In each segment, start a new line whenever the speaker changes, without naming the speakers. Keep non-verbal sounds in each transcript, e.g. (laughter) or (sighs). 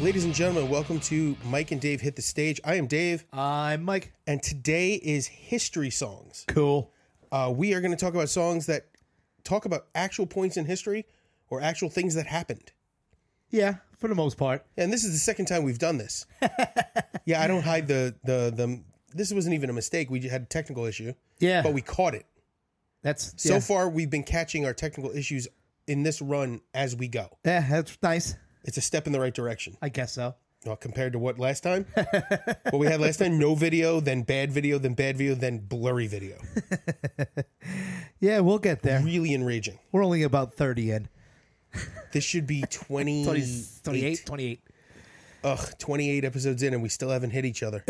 Ladies and gentlemen, welcome to Mike and Dave Hit the Stage. I am Dave,
I'm Mike.
and today is history songs.
Cool.
Uh, we are going to talk about songs that talk about actual points in history or actual things that happened.
Yeah, for the most part.
And this is the second time we've done
(laughs)
this. yeah, I don't hide the the the. This wasn't even a mistake. We had a technical issue,
Yeah,
but we caught it.
that's
So
yeah.
far, we've been catching our technical issues in this run as we go.
Yeah, that's nice.
It's a step in the right direction
I guess so.
uh, compared to what last time. what we had last time: no video, then bad video, then bad video, then blurry video.
Yeah, we'll get there.
Really enraging.
We're only about thirty in.
This should be 20,
20, 28, 28.
Ugh, 28 episodes in, and we still haven't hit each
(laughs)
other.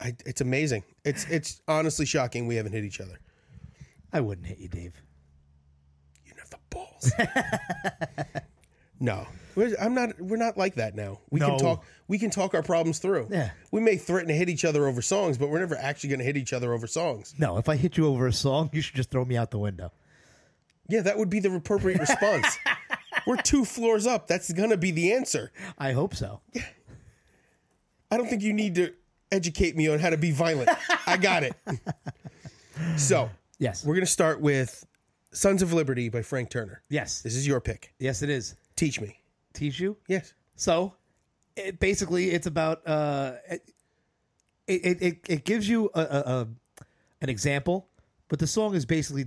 I, it's amazing. It's it's honestly shocking we haven't hit each other.
I wouldn't hit you, Dave.
You have the balls. no, we're, I'm not. We're not like that now. We can
No.
talk. We can talk our problems through.
Yeah.
We may threaten to hit each other over songs, but we're never actually going to hit each other over songs.
No, if I hit you over a song, you should just throw me out the window.
Yeah, that would be the appropriate (laughs) response. we're two floors up. That's going to be the answer.
I hope so.
I don't think you need to educate me on how to be violent. I got (laughs) it. So
Yes.
we're going to start with "Sons of Liberty" by Frank Turner.
yes.
This is your pick.
Yes, it is.
Teach me.
Teach you.
Yes.
So, it, basically, it's about uh, it, it it it gives you a, a, a an example, but the song is basically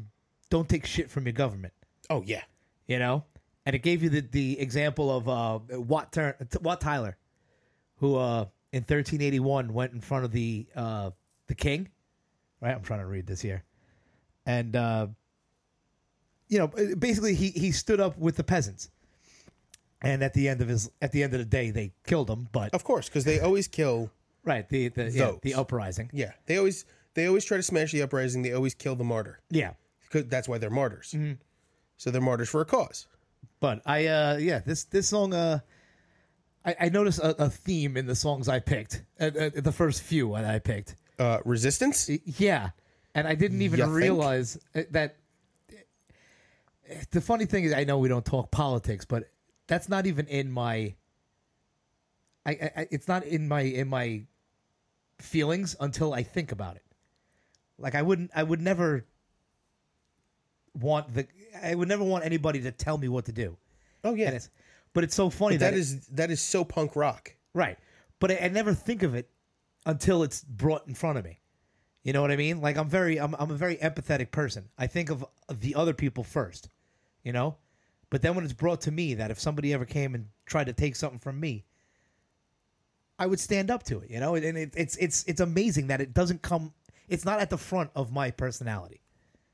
don't take shit from your government.
Oh yeah.
you know and it gave you the, the example of uh, Watt, Tur- Watt Tyler who uh, in 1381 went in front of the uh, the king right I'm trying to read this here and uh, you know basically he he stood up with the peasants and at the end of his at the end of the day they killed him but
Of course, because they always kill.
right the the, yeah,
Those.
the uprising
Yeah, they always they always try to smash the uprising. They always kill the martyr
yeah
because that's why they're martyrs. So they're martyrs for a cause.
But I, uh, yeah, this this song, uh, I, I noticed a, a theme in the songs I picked, uh, uh, the first few that I picked.
Uh, resistance.
Yeah, and I didn't even
You think?
realize uh, that. The funny thing is, I know we don't talk politics, but that's not even in my. I, I I- it's not in my in my feelings until I think about it. Like I wouldn't, I would never want the, I would never want anybody to tell me what to do
Oh yeah,
and it's but it's so funny that,
that is that is so punk rock.
right but I, I never think of it until it's brought in front of me you know what i mean like i'm very I'm, I'm a very empathetic person i think of the other people first you know but then when it's brought to me that if somebody ever came and tried to take something from me i would stand up to it you know and it, it's it's it's amazing that it doesn't come it's not at the front of my personality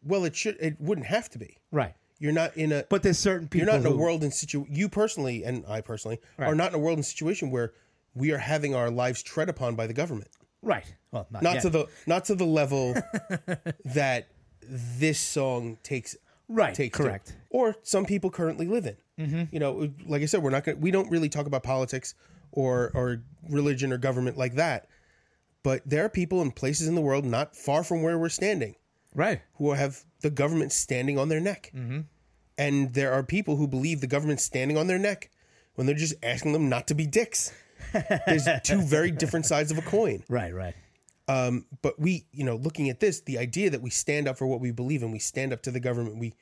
Well, it should it wouldn't have to be.
right
You're not in a
but there's certain people
you're not in a
who-
world in situ. You personally and I personally are not in a world in situation where we are having our lives tread upon by the government.
right well not,
Not
yet.
to the not to the
(laughs)
level that this song takes
right
takes to,
correct Mm-hmm.
or some people currently live in. You know, like I said, we're not going. to We don't really talk about politics or or religion or government like that. But there are people in places in the world not far from where we're standing
right
who have the government standing on their neck, and there are people who believe the government's standing on their neck when they're just asking them not to be dicks. There's two very different sides of a coin.
right right
But we, you know, looking at this, the idea that we stand up for what we believe and we stand up to the government, we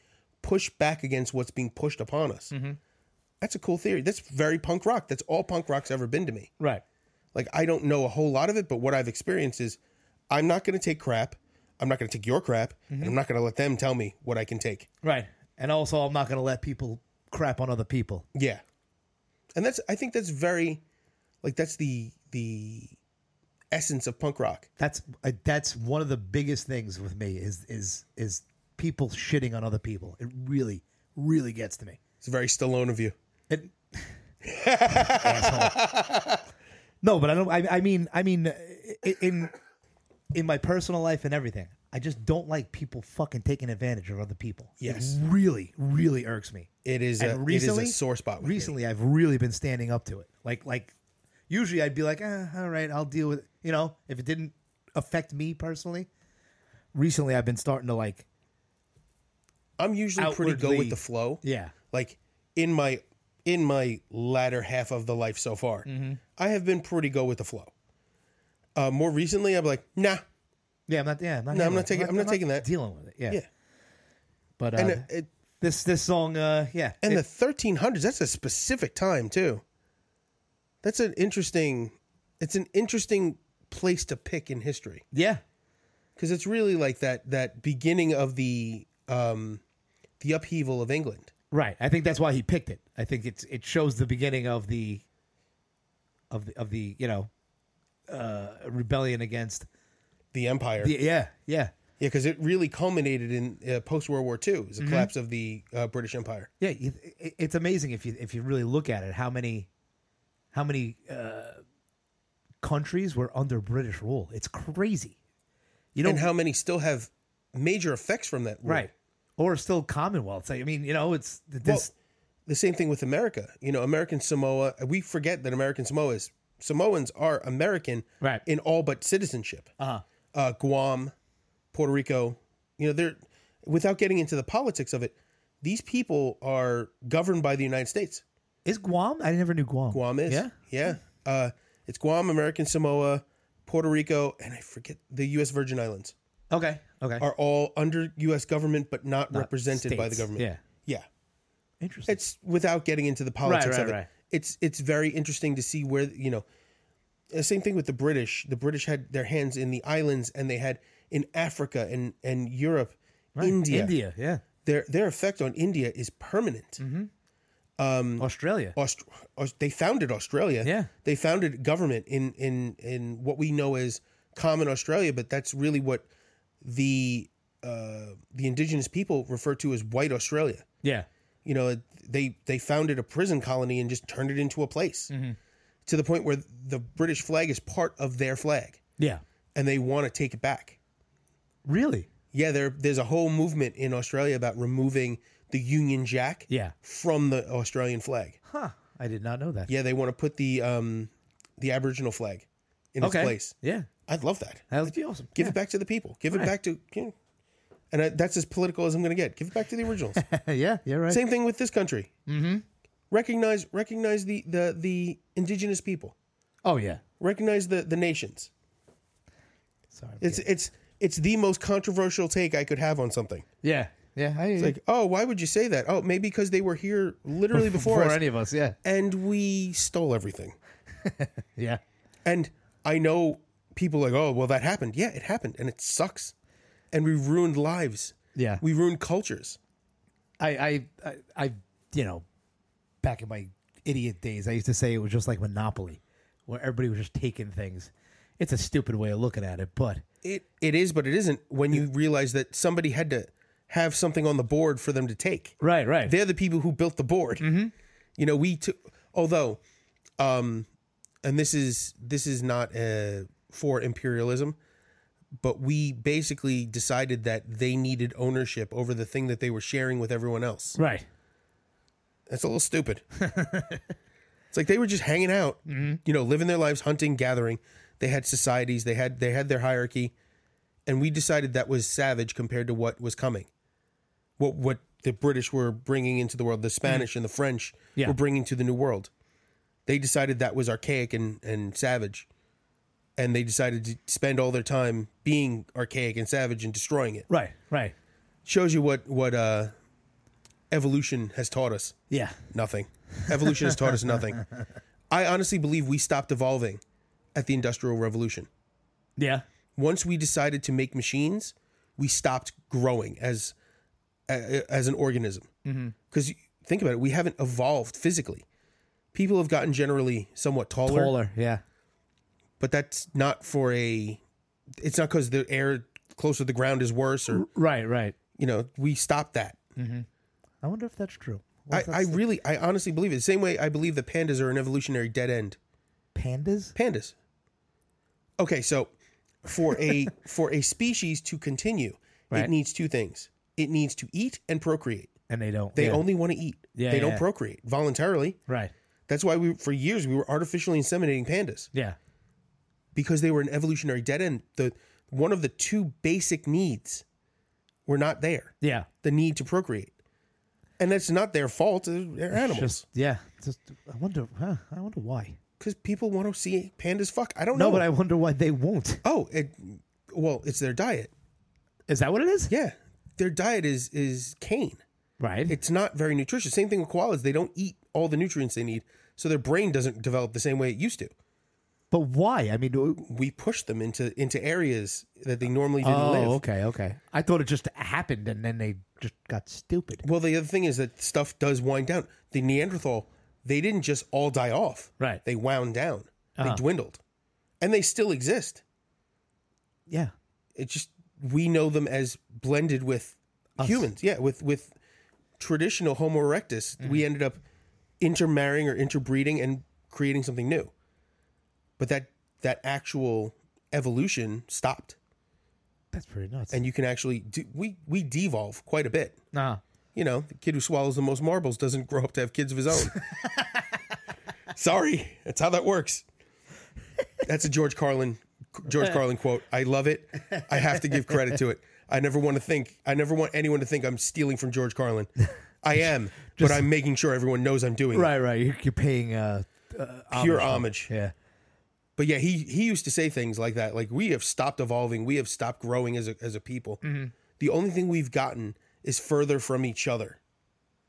push back against what's being pushed upon us. That's a cool theory. That's very punk rock. That's all punk rock's ever been to me.
right
Like, I don't know a whole lot of it, but what I've experienced is I'm not going to take crap. I'm not going to take your crap. And I'm not going to let them tell me what I can take.
Right. And also, I'm not going to let people crap on other people.
Yeah. And that's, I think that's very, like, that's the, the essence of punk rock.
That's uh, that's one of the biggest things with me is is is people shitting on other people. It really really gets to me.
It's very Stallone of you.
It, (laughs) Asshole. No, but I don't. I, I mean, I mean, uh, i- in in my personal life and everything, I just don't like people fucking taking advantage of other people.
Yes.
it really, really irks me.
It is, a,
and recently
it is a sore spot. With me.
recently i've really been standing up to it like like usually i'd be like eh, all right i'll deal with it. you know if it didn't affect me personally recently i've been starting to like
I'm usually pretty go
outwardly-
with the flow.
yeah
Like in my in my latter half of the life so far,
Mm-hmm.
I have been pretty go with the flow. Uh, more recently, I'm like, nah,
Yeah, I'm not. Yeah, I'm not.
No, I'm
handling
not
it.
taking- I'm not taking that.
Dealing with it. Yeah.
Yeah.
But uh,
and uh, it,
this this song, uh, yeah,
and
it-
the 1300s. That's a specific time too. That's an interesting. It's an interesting place to pick in history.
yeah,
because it's really like that that beginning of the um the upheaval of England.
right. I think that's why he picked it. I think it's it shows the beginning of the of the of the you know uh rebellion against.
The empire,
The, yeah, yeah,
yeah, because it really culminated in uh, post World War II, is
Mm-hmm.
the collapse of the uh, British Empire.
yeah. you- it- It's amazing if you if you really look at it, how many how many uh countries were under British rule. It's crazy. You don't
and how many still have major effects from that? War.
right. Or still Commonwealth. I mean, you know, it's
Well,
this.
the same thing with America. You know, American Samoa. We forget that American Samoa is Samoans are American
Right.
in all but citizenship.
uh-huh.
uh, Guam, Puerto Rico. You know, they're without getting into the politics of it. These people are governed by the United States.
Is Guam? I never knew Guam.
Guam is.
Yeah.
Yeah. Uh, it's Guam, American Samoa, Puerto Rico, and I forget the U.S. Virgin Islands
Okay. Okay.
are all under U.S. government, but not, represented by the
states.
government.
Yeah.
Yeah.
Interesting.
It's without getting into the politics
Right, right,
of it.
right.
It's it's very interesting to see where you know. The same thing with the British. The British had their hands in the islands, and they had in Africa and and Europe, India.
India. Yeah.
Their their effect on India is permanent. Um,
Australia.
Aust- Aus- they founded Australia.
Yeah.
they founded government in in in what we know as common Australia, but that's really what the uh, the indigenous people refer to as white Australia.
Yeah.
You know, they they founded a prison colony and just turned it into a place
Mm-hmm.
to the point where the British flag is part of their flag,
Yeah.
and they want to take it back.
Really?
Yeah, there there's a whole movement in Australia about removing the Union Jack
Yeah.
from the Australian flag.
Huh. I did not know that.
Yeah, they want to put the um the Aboriginal flag in
okay.
its place.
Yeah.
I'd love that.
That would be awesome.
Give it back to the people. Give it back to you know, and I, that's as political as I'm going to get. Give it back to the
(laughs)
originals.
yeah. yeah. Yeah. Right.
Same thing with this country. Mm-hmm. Recognize recognize the the the indigenous people.
Oh yeah.
Recognize the the nations.
Sorry.
It's it's it's the most controversial take I could have on something.
yeah. Yeah. I,
It's like, oh, why would you say that? Oh, maybe because they were here literally before,
before
us,
any of us. Yeah.
and we stole everything.
Yeah.
And I know people like, oh, well, that happened. Yeah, it happened, and it sucks. And we ruined lives.
Yeah.
We ruined cultures.
I, I, I, I, you know, back in my idiot days, I used to say it was just like Monopoly, where everybody was just taking things. It's a stupid way of looking at it, but
It it is, but it isn't. When you realize that somebody had to have something on the board for them to take,
right, Mm-hmm. right,
they're the people who built the board. You know, we took. Although, um, and this is this is not uh, for imperialism, but we basically decided that they needed ownership over the thing that they were sharing with everyone else.
right.
That's a little stupid. it's like they were just hanging out, you know, living their lives, hunting, gathering. They had societies, they had they had their hierarchy, and we decided that was savage compared to what was coming. What what the British were bringing into the world, the Spanish and the French
Yeah.
were bringing to the New World. They decided that was archaic and and savage, and they decided to spend all their time being archaic and savage and destroying it.
Right, right.
Shows you what what uh, evolution has taught us.
Yeah.
Nothing. Evolution has taught us nothing. I honestly believe we stopped evolving at the Industrial Revolution.
Yeah.
Once we decided to make machines, we stopped growing as a- as an organism. Because think about it, we haven't evolved physically. People have gotten generally somewhat taller,
Polar. Yeah.
but that's not for a. It's not because the air closer to the ground is worse, or
Right, right.
you know, we stopped that.
I wonder if that's true. What
I,
if
I
that's
really, I honestly believe it. The same way I believe that pandas are an evolutionary dead end.
pandas.
pandas okay so for a (laughs) for a species to continue
Right.
it needs two things it needs to eat and procreate
and they don't.
they
yeah.
only want to eat
Yeah,
they
yeah,
don't
yeah.
procreate voluntarily
right.
that's why we for years we were artificially inseminating pandas
Yeah,
because they were an evolutionary dead end the one of the two basic needs were not there
yeah,
the need to procreate and it's not their fault. They're animals
Just yeah. Just I wonder. Huh, I wonder why.
because people want to see pandas fuck. I don't
No,
know.
but I wonder why they won't.
oh, it, well, it's their diet.
Is that what it is?
Yeah, their diet is is cane.
Right.
It's not very nutritious. Same thing with koalas. They don't eat all the nutrients they need, so their brain doesn't develop the same way it used to.
but why? I mean, do-
We push them into into areas that they normally didn't
oh,
live.
okay, okay. I thought it just happened and then they just got stupid.
Well, the other thing is that stuff does wind down. The Neanderthal, they didn't just all die off.
Right.
They wound down. They
Uh-huh.
dwindled. And they still exist.
Yeah.
It's just we know them as blended with humans. Yeah, with with traditional Homo erectus. We ended up intermarrying or interbreeding and creating something new. But that that actual evolution stopped.
That's pretty nuts.
And you can actually do, we we devolve quite a bit.
nah.
you know, the kid who swallows the most marbles doesn't grow up to have kids of his
(laughs)
own. Sorry, that's how that works. That's a George Carlin
(laughs)
George Carlin quote. I love it. I have to give credit to it. I never want to think I never want anyone to think I'm stealing from George Carlin. I
(laughs)
am, but I'm making sure everyone knows I'm doing
Right, right. You're, you're paying uh,
it. pure homage.
yeah.
But yeah, he he used to say things like that, like we have stopped evolving, we have stopped growing as a as a people.
Mm-hmm.
The only thing we've gotten is further from each other.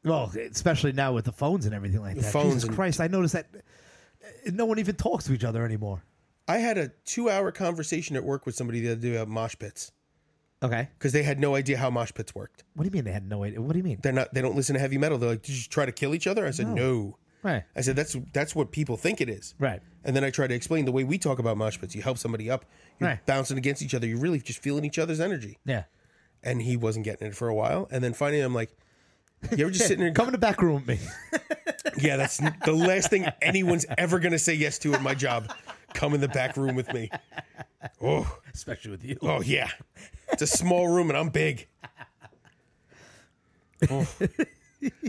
Well, especially now with the phones and everything like that.
phones
Jesus
and-
Christ, I noticed that uh, no one even talks to each other anymore.
I had a two hour conversation at work with somebody the other day about mosh pits
Okay.
because they had no idea how mosh pits worked.
What do you mean they had no idea? What do you mean?
They're not they don't listen to heavy metal. They're like, Did you try to kill each other? I said, No.
Right.
I said that's that's what people think it is.
Right.
And then I tried to explain the way we talk about mosh pits. You help somebody up, you're
Right.
bouncing against each other, you're really just feeling each other's energy.
(laughs) Yeah.
And he wasn't getting it for a while. And then finally I'm like, You ever just sitting there
Come in the back room with me. (laughs)
Yeah, that's n- the last thing anyone's ever gonna say yes to at my job. Come in the back room with me. Oh,
Especially with you.
Oh yeah, it's a small room and I'm big. Oh.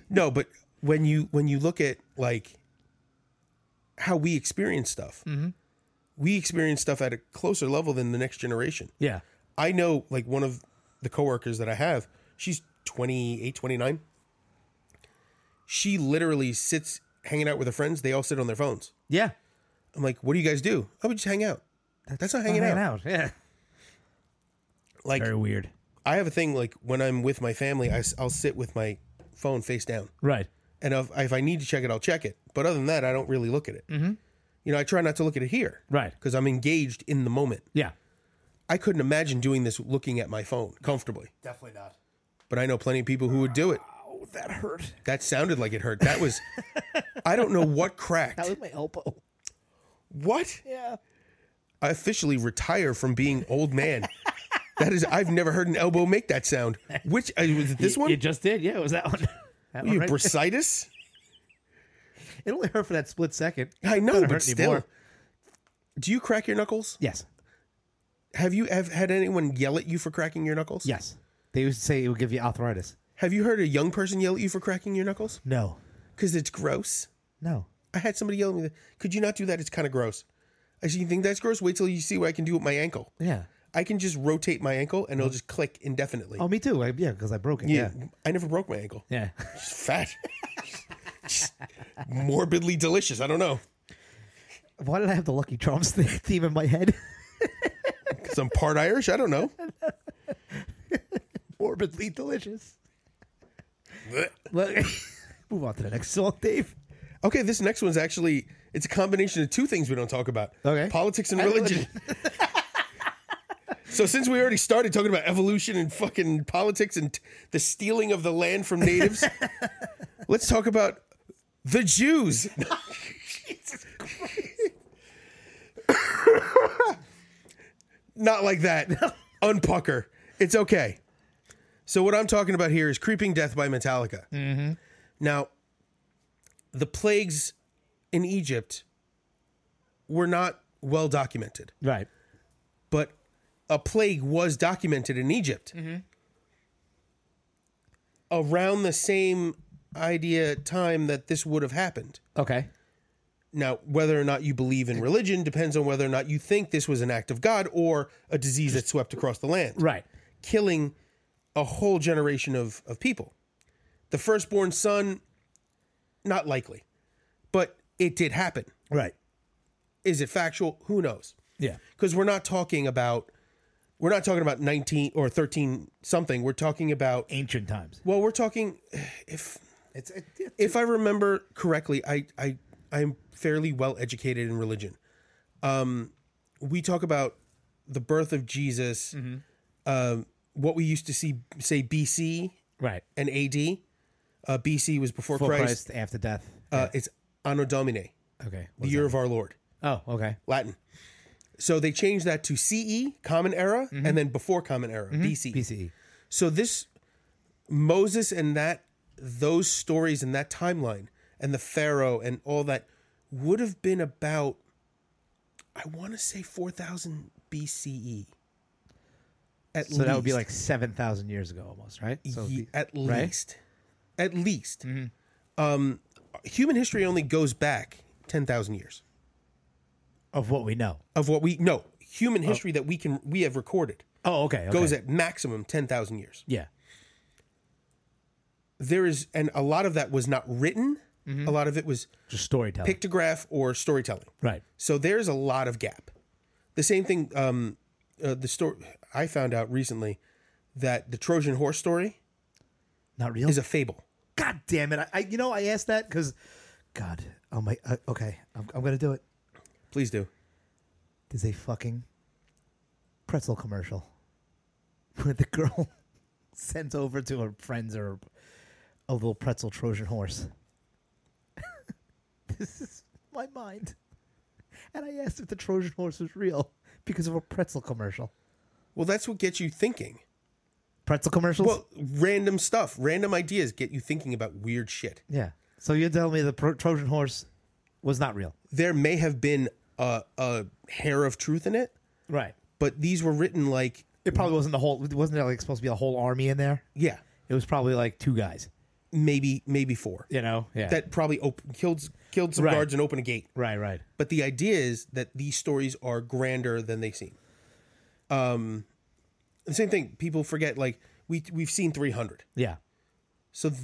No, but when you when you look at like how we experience stuff, we experience stuff at a closer level than the next generation.
Yeah.
I know like one of the coworkers that I have, she's 28, 29. She literally sits hanging out with her friends. They all sit on their phones.
Yeah.
I'm like, what do you guys do? Oh, we just hang out. That's, not hanging out.
Yeah.
Like
Very weird.
I have a thing like when I'm with my family, I, will sit with my phone face down,
Right.
and if, if I need to check it, I'll check it. But other than that, I don't really look at it. Mm-hmm. You know, I try not to look at it here,
Right.
Because I'm engaged in the moment.
Yeah.
I couldn't imagine doing this looking at my phone comfortably,
Definitely not.
but I know plenty of people who would do it.
Oh, that hurt.
That sounded like it hurt. That
(laughs)
was, I don't know what cracked.
was my elbow.
What?
Yeah.
I officially retire from being old man. That is, I've never heard an elbow make that sound. Which uh, was it this
You
one?
just did. Yeah, it was that one. (laughs) That one
You
right-
bursitis?
It only hurt for that split second.
I know,
Doesn't
but
hurt
still.
anymore.
Do you crack your knuckles?
Yes.
Have you have had anyone yell at you for cracking your knuckles?
Yes. They used to say it would give you arthritis.
Have you heard a young person yell at you for cracking your knuckles?
No.
Because it's gross.
No.
I had somebody yell at me, could you not do that? It's kind of gross. I said, you think that's gross? Wait till you see what I can do with my ankle.
Yeah.
I can just rotate my ankle and it'll just click indefinitely.
Oh, me too. I, yeah, because I broke it. Yeah.
I never broke my ankle.
Yeah.
Just fat. (laughs) Just morbidly delicious. I don't know.
(laughs) Why did I have the Lucky Charms (laughs) th- theme in my head? (laughs)
Because I'm part Irish. I don't know.
Morbidly delicious. Look, (laughs) move on to the next song, Dave.
Okay, this next one's actually it's a combination of two things we don't talk about.
Okay.
Politics and religion. (laughs) so since we already started talking about evolution and fucking politics and t- the stealing of the land from natives, let's talk about the Jews. Not like that. Unpucker. It's okay. So what I'm talking about here is Creeping Death by Metallica. Now, the plagues in Egypt were not well documented,
Right.
but a plague was documented in Egypt around the same idea time that this would have happened.
Okay.
Now, whether or not you believe in religion depends on whether or not you think this was an act of God or a disease that swept across the land
Right.
killing a whole generation of, of people. The firstborn son, not likely, but it did happen.
Right.
Is it factual? Who knows?
Yeah.
because we're not talking about we're not talking about 19 or 13 something we're talking about
Ancient times.
well we're talking if
It's it, it-
if i remember correctly i i i'm fairly well educated in religion um we talk about the birth of jesus um, what we used to see say bc
right.
and ad uh, bc was before,
For
christ,
Christ, after death.
Uh, it's anno domini
okay.
the year of our lord
Oh, okay.
Latin. So they changed that to CE, Common Era, and then before Common Era,
Mm-hmm.
BC.
BCE.
So this Moses and that those stories and that timeline and the Pharaoh and all that would have been about I want to say 4000 BCE. E. At
So that would be like seven thousand years ago, almost, right? So
Ye-
the-
at
E, right? Mm-hmm.
least at least um human history only goes back 10,000 years
of what we know.
of what we know human history that we can we have recorded
Oh, okay. okay.
goes at maximum 10,000 years.
Yeah.
There is, and a lot of that was not written, a lot of it was
Just storytelling.
pictograph or storytelling.
right.
So there's a lot of gap. The same thing, um, uh, the story I found out recently that the Trojan horse story
Not real.
is a fable.
God damn it! I, I you know I asked that because, God, oh my, uh, okay, I'm, I'm gonna do it.
Please do.
There's a fucking pretzel commercial (laughs) where the girl (laughs) sends over to her friends or a little pretzel Trojan horse. (laughs) this is my mind, and I asked if the Trojan horse was real because of a pretzel commercial.
Well, that's what gets you thinking.
Pretzel commercials.
Well, random stuff, random ideas get you thinking about weird shit.
yeah. So you're telling me the pro- Trojan horse was not real?
There may have been a, a hair of truth in it,
Right.
but these were written like,
It probably wasn't the whole. Wasn't there like supposed to be a whole army in there?
yeah,
It was probably like two guys.
maybe, maybe four.
You know. Yeah.
that probably op- killed killed some
Right.
guards and opened a gate.
right. Right.
But the idea is that these stories are grander than they seem. Um, the same thing people forget. Like we we've seen three hundred,
Yeah.
so th-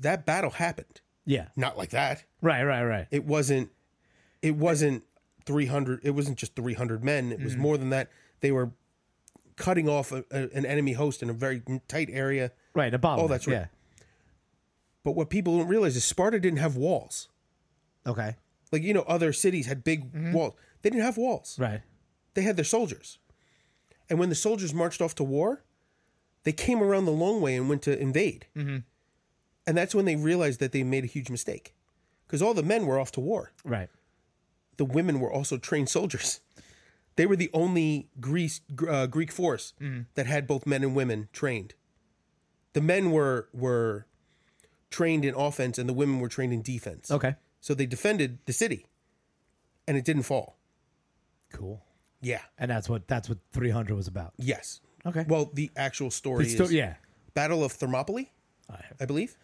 that battle happened.
Yeah.
Not like that.
Right. Right. Right.
It wasn't. It wasn't three hundred. It wasn't just three hundred men. It was more than that. They were cutting off a, a- an enemy host in a very tight area.
Right. A bomb.
Oh, that's right. But what people don't realize is Sparta didn't have walls.
Yeah. Okay.
Like you know, other cities had big walls. They didn't have walls.
Right.
they had their soldiers. And when the soldiers marched off to war, they came around the long way and went to invade. And that's when they realized that they made a huge mistake because all the men were off to war.
Right.
The women were also trained soldiers. They were the only Greece, gr- uh, Greek force that had both men and women trained. The men were were trained in offense, and the women were trained in defense.
Okay.
So they defended the city, and it didn't fall.
Cool.
Yeah.
And that's what that's what 300 was about.
Yes.
Okay.
Well, the actual story
It's still-
is
yeah.
Battle of Thermopylae, I believe.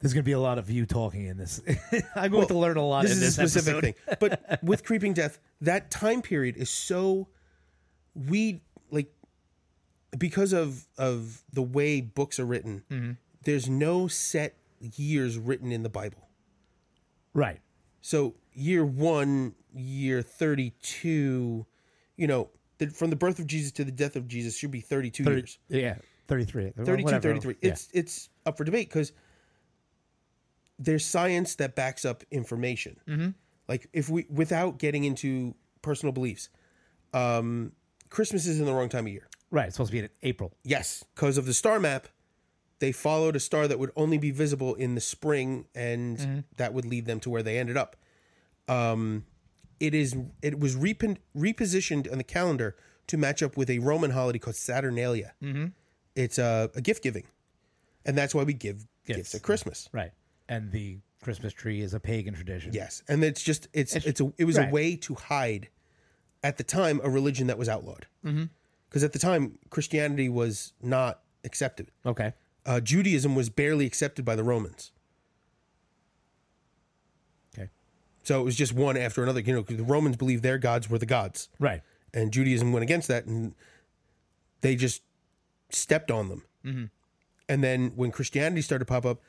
There's gonna be a lot of you talking in this. (laughs) I'm going to learn a lot.
This
in
is
this
a specific
episode.
thing,
(laughs)
but with Creeping Death, that time period is so we like because of of the way books are written.
Mm-hmm.
There's no set years written in the Bible.
Right.
So year one, year thirty-two, you know, the, from the birth of Jesus to the death of Jesus should be thirty-two years.
Yeah. 33.
32
whatever.
33
Yeah.
it's it's up for debate because there's science that backs up information
Mm-hmm.
like if we without getting into personal beliefs um christmas is in the wrong time of year
right. It's supposed to be in April.
yes because of the star map they followed a star that would only be visible in the spring and
Mm-hmm.
that would lead them to where they ended up um it is it was repon- repositioned on the calendar to match up with a roman holiday called saturnalia
Mm-hmm.
it's a, a gift giving and that's why we give gifts,
Gifts.
at christmas
Right. And the Christmas tree is a pagan tradition.
yes and it's just it's it's, a it was
right.
a way to hide at the time a religion that was outlawed because
Mm-hmm.
at the time christianity was not accepted
Okay.
uh, judaism was barely accepted by the romans
Okay.
so it was just one after another you know 'cause the romans believed their gods were the gods
Right.
and Judaism went against that, and
Mm-hmm.
they just stepped on them. And then when Christianity started to pop up,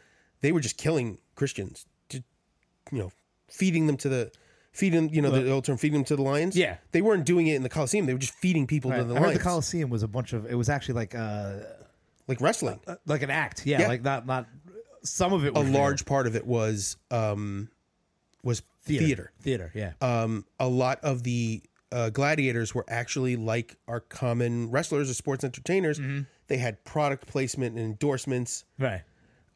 they were just killing Christians, to, you know, feeding them to the feeding you know the old term feeding them to the lions.
Yeah.
they weren't doing it in the Coliseum. They were just feeding people
I
to the
heard
lions,
the Coliseum was a bunch of. It was actually like uh
like wrestling.
like an act. Yeah,
Yeah.
like not not. Some of it
a
was real.
large part of it was um, was theater.
Theater. Yeah.
Um, a lot of the uh, gladiators were actually like our common wrestlers or sports entertainers. They had product placement and endorsements.
right.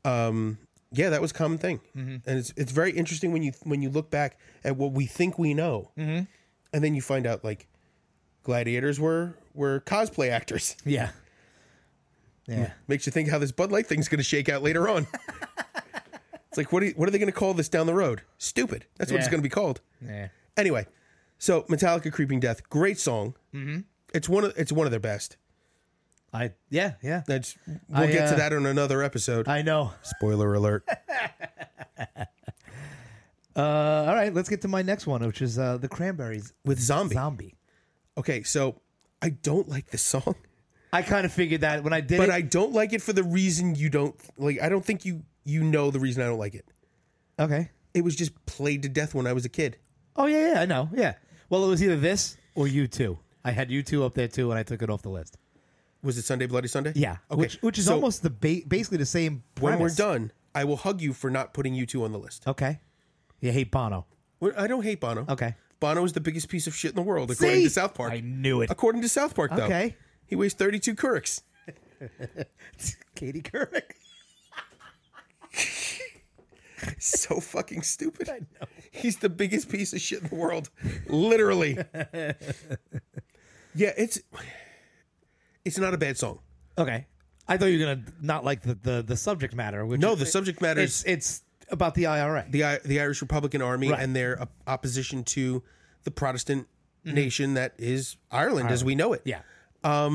um, yeah, that was a common thing, and it's it's very interesting when you when you look back at what we think we know, and then you find out like gladiators were were cosplay actors. (laughs)
Yeah. Yeah.
Makes you think how this Bud Light thing's going to shake out later on. it's like what are, you- what are they going to call this down the road? Stupid. That's what it's
Yeah.
going to be called.
Yeah.
Anyway, so Metallica, Creeping Death, great song. Mm-hmm. It's one of it's one of their best.
I. Yeah. Yeah.
That's we'll
I,
get to
uh,
that on another episode.
I know.
Spoiler alert.
(laughs) Uh, all right. Let's get to my next one, which is uh, the Cranberries
With zombie.
Zombie.
Okay, so I don't like this song,
I kind of figured that when I did
but
it.
I don't like it for the reason you don't like. I don't think you you know the reason I don't like it.
okay.
It was just played to death when I was a kid.
Oh yeah, yeah, I know. Yeah. Well, it was either this or you two. I had you two up there too, and I took it off the list.
Was it Sunday Bloody Sunday?
Yeah.
Okay.
Which which is
so
almost the ba- basically the same.
when we're
premise.
done. I will hug you for not putting you two on the list.
Okay. You hate Bono.
Well, I don't hate Bono.
Okay.
Bono is the biggest piece of shit in the world, according to
See?
South Park.
I knew it.
According to South Park, though,
Okay.
(laughs) he weighs thirty-two Keurigs.
Katie Couric. (laughs)
so fucking stupid. He's the biggest piece of shit in the world,
(laughs)
literally. yeah, it's it's not a bad song.
Okay. I thought you were gonna not like the the, the subject matter. Which
No, the subject matter
it's
is
it's about the IRA.
the I- the Irish Republican Army
Right.
and their op- opposition to the Protestant nation that is Ireland, as we know it.
Mm-hmm.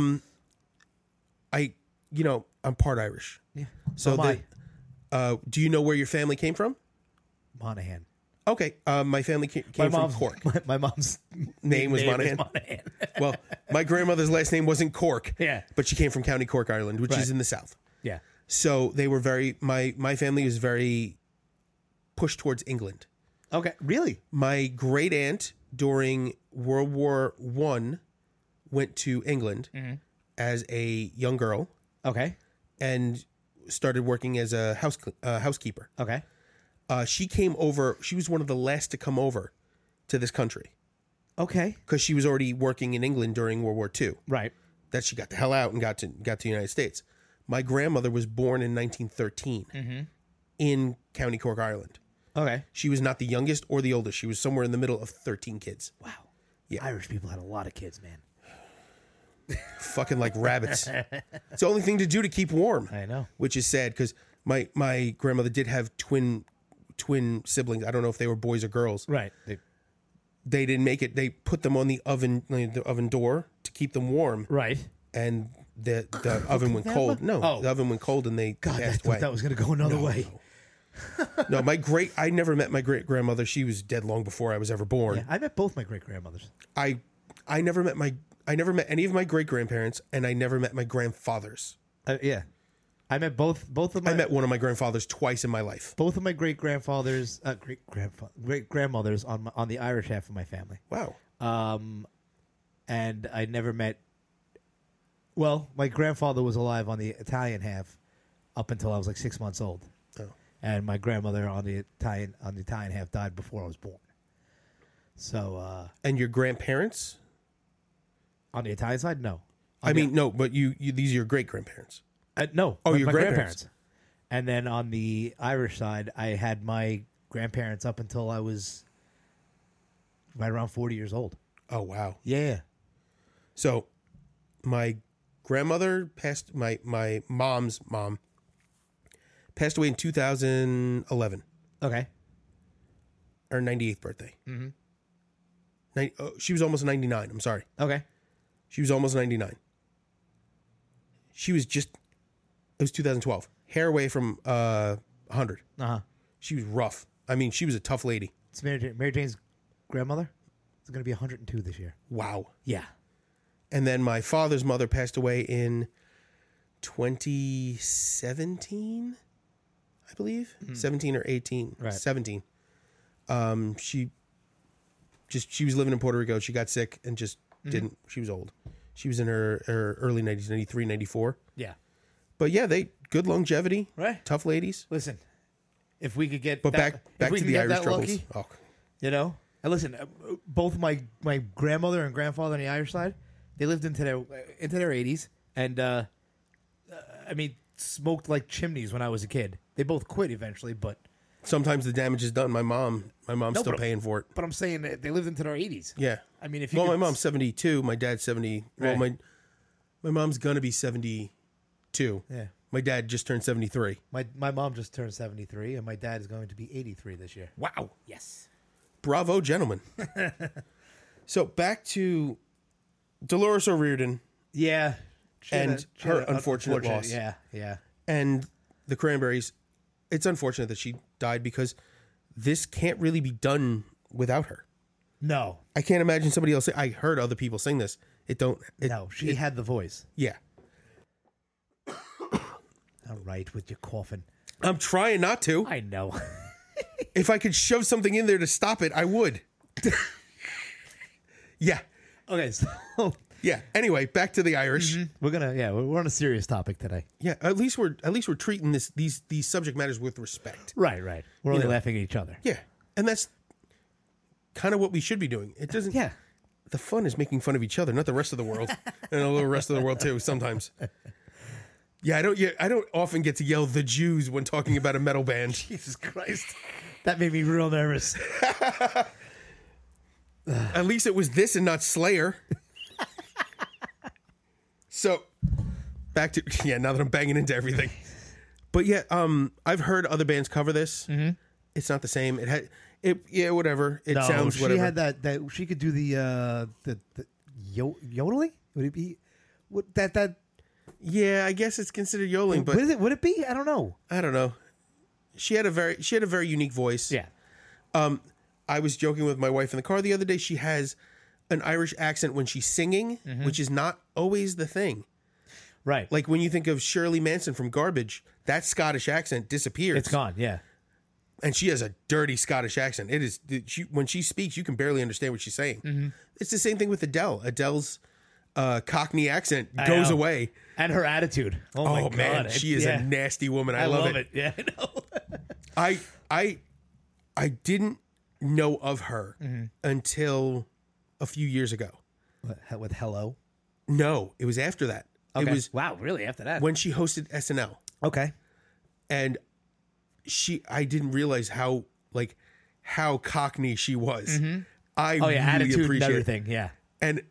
yeah.
I you know I'm part Irish.
Yeah.
So
Am
the,
I?
uh, do you know where your family came from?
Monahan.
Okay, uh, my family ca- came
my
from
mom's
Cork.
(laughs) My, my mom's
(laughs) Name was Monahan. well, my grandmother's last name wasn't Cork.
Yeah.
But she came from County Cork, Ireland, which
Right.
is in the south.
(laughs) yeah.
So they were very my my family was very pushed towards England.
Okay. Really?
My great aunt during World War One went to England
Mm-hmm.
as a young girl
Okay.
and started working as a house uh, housekeeper.
Okay.
Uh, she came over. She was one of the last to come over to this country
Okay.
because she was already working in England during World War Two.
Right.
that she got the hell out and got to got to the United States. My grandmother was born in 1913
Mm-hmm.
in County Cork, Ireland.
Okay.
She was not the youngest or the oldest. She was somewhere in the middle of 13 kids,
Wow. Irish people had a lot of kids, man.
fucking like
(laughs)
rabbits. it's the only thing to do to keep warm,
I know.
which is sad because my my grandmother did have twin twin siblings. I don't know if they were boys or girls.
Right. They,
They didn't make it. They put them on the oven like, the oven door to keep them warm,
right.
and the the oven went cold. No,
Oh.
the oven went cold, and they
God, I
passed
thought
away.
that was going to go another way.
No, my great I never met my great grandmother. She was dead long before I was ever born.
I met both my great grandmothers.
I I never met my I never met any of my great grandparents and I never met my grandfathers.
Uh, yeah. I met both both of my
I met one of my grandfathers twice in my life.
both of my great grandfathers, uh, great grandfa- great grandmothers on my, on the Irish half of my family.
Wow.
Um, and I never met. Well, my grandfather was alive on the Italian half up until I was like six months old,
Oh.
and my grandmother on the Italian on the Italian half died before I was born. So uh,
And your grandparents?
on the Italian side, no,
I mean, no, but you, you these are your great grandparents.
Uh, no.
Oh,
my,
your
my
grandparents.
And then on the Irish side, I had my grandparents up until I was right around 40 years old.
Oh wow.
Yeah.
So my grandmother passed my my mom's mom passed away in 2011
Okay.
her 98th birthday. Mm-hmm. oh, she was almost 99. I'm sorry.
Okay.
She was almost 99. She was just, it was 2012, hair away from uh, 100.
Uh huh.
She was rough. I mean, she was a tough lady.
It's Mary, Jane, Mary Jane's grandmother. It's going to be 102 this year.
Wow.
Yeah.
And then my father's mother passed away in 2017, I I believe, seventeen or eighteen,
Right.
seventeen. Um, she just she was living in Puerto Rico. She got sick and just didn't. She was old. She was in her, her early 90s, 93, 94.
Yeah.
But yeah, they good longevity,
Right.
Tough ladies.
Listen, if we could get
But back
that- if
back
we
to
could
the
get
Irish
that
troubles.
lucky,
Oh,
you know. And listen, uh, both my my grandmother and grandfather on the Irish side, they lived into their uh, into their eighties, and uh, uh, I mean, smoked like chimneys when I was a kid. They both quit eventually, but
sometimes the damage is done. My mom, my mom's still
but-
paying for it.
but I'm saying that they lived into their eighties.
Yeah.
I mean, if you
Well, my
could-
mom's 72, my dad's 70. Well,
Right.
my my mom's gonna be 72.
yeah,
My dad just turned 73.
my my mom just turned seventy three, and my dad is going to be eighty three this year.
Wow.
Yes,
Bravo,
(laughs)
gentlemen. so back to Dolores O'Riordan
yeah, She had
And
she had
her unfortunate loss.
Yeah, yeah,
and the Cranberries. It's unfortunate that she died because this can't really be done without her.
no,
I can't imagine somebody else. I heard other people sing this. It don't. It,
no, she had the voice.
Yeah.
All right, with your coffin.
I'm trying not to.
I know.
If I could shove something in there to stop it, I would. (laughs) yeah.
(laughs) okay, so
Yeah. Anyway, back to the Irish.
We're gonna yeah, we're we're on a serious topic today.
Yeah. At least we're at least we're treating this these these subject matters with respect.
Right, right. We're only laughing at each other.
Yeah. And that's kind of what we should be doing. It doesn't
Yeah.
the fun is making fun of each other, not the rest of the world, (laughs) and a little rest of the world too sometimes. Yeah, I don't. Yeah, I don't often get to yell the Jews when talking about a metal band.
Jesus Christ. That made me
(laughs)
real nervous.
At least it was this and not Slayer. so, back to (laughs) yeah. Now that I'm banging into everything, but yeah, um, I've heard other bands cover this.
Mm-hmm.
It's not the same. It had it. Yeah, whatever. It sounds
she
whatever.
had that that she could do the uh the, the yo- yodeling? Would it be would that that
yeah, I guess it's considered yodeling, but
would it would it be? I don't know.
I don't know. She had a very she had a very unique voice. I was joking with my wife in the car the other day. She has an Irish accent when she's singing,
Mm-hmm.
which is not always the thing.
Right.
Like when you think of Shirley Manson from Garbage, that Scottish accent disappears.
it's gone, yeah.
And she has a dirty Scottish accent. It is she, when she speaks, you can barely understand what she's saying.
Mm-hmm.
It's the same thing with Adele. Adele's uh, Cockney accent goes
know.
away.
And her attitude. Oh,
oh
my god.
man, she is a
yeah.
nasty woman. I,
I
love,
love
it.
it. Yeah, I know.
I I I didn't know of her
Mm-hmm.
until a few years ago.
With- With hello.
No, it was after that. It was
wow, really after that.
when she hosted SNL,
okay.
and she I didn't realize how like how cockney she was. I
Oh yeah,
really
attitude and
appreciate it.
everything. Yeah.
And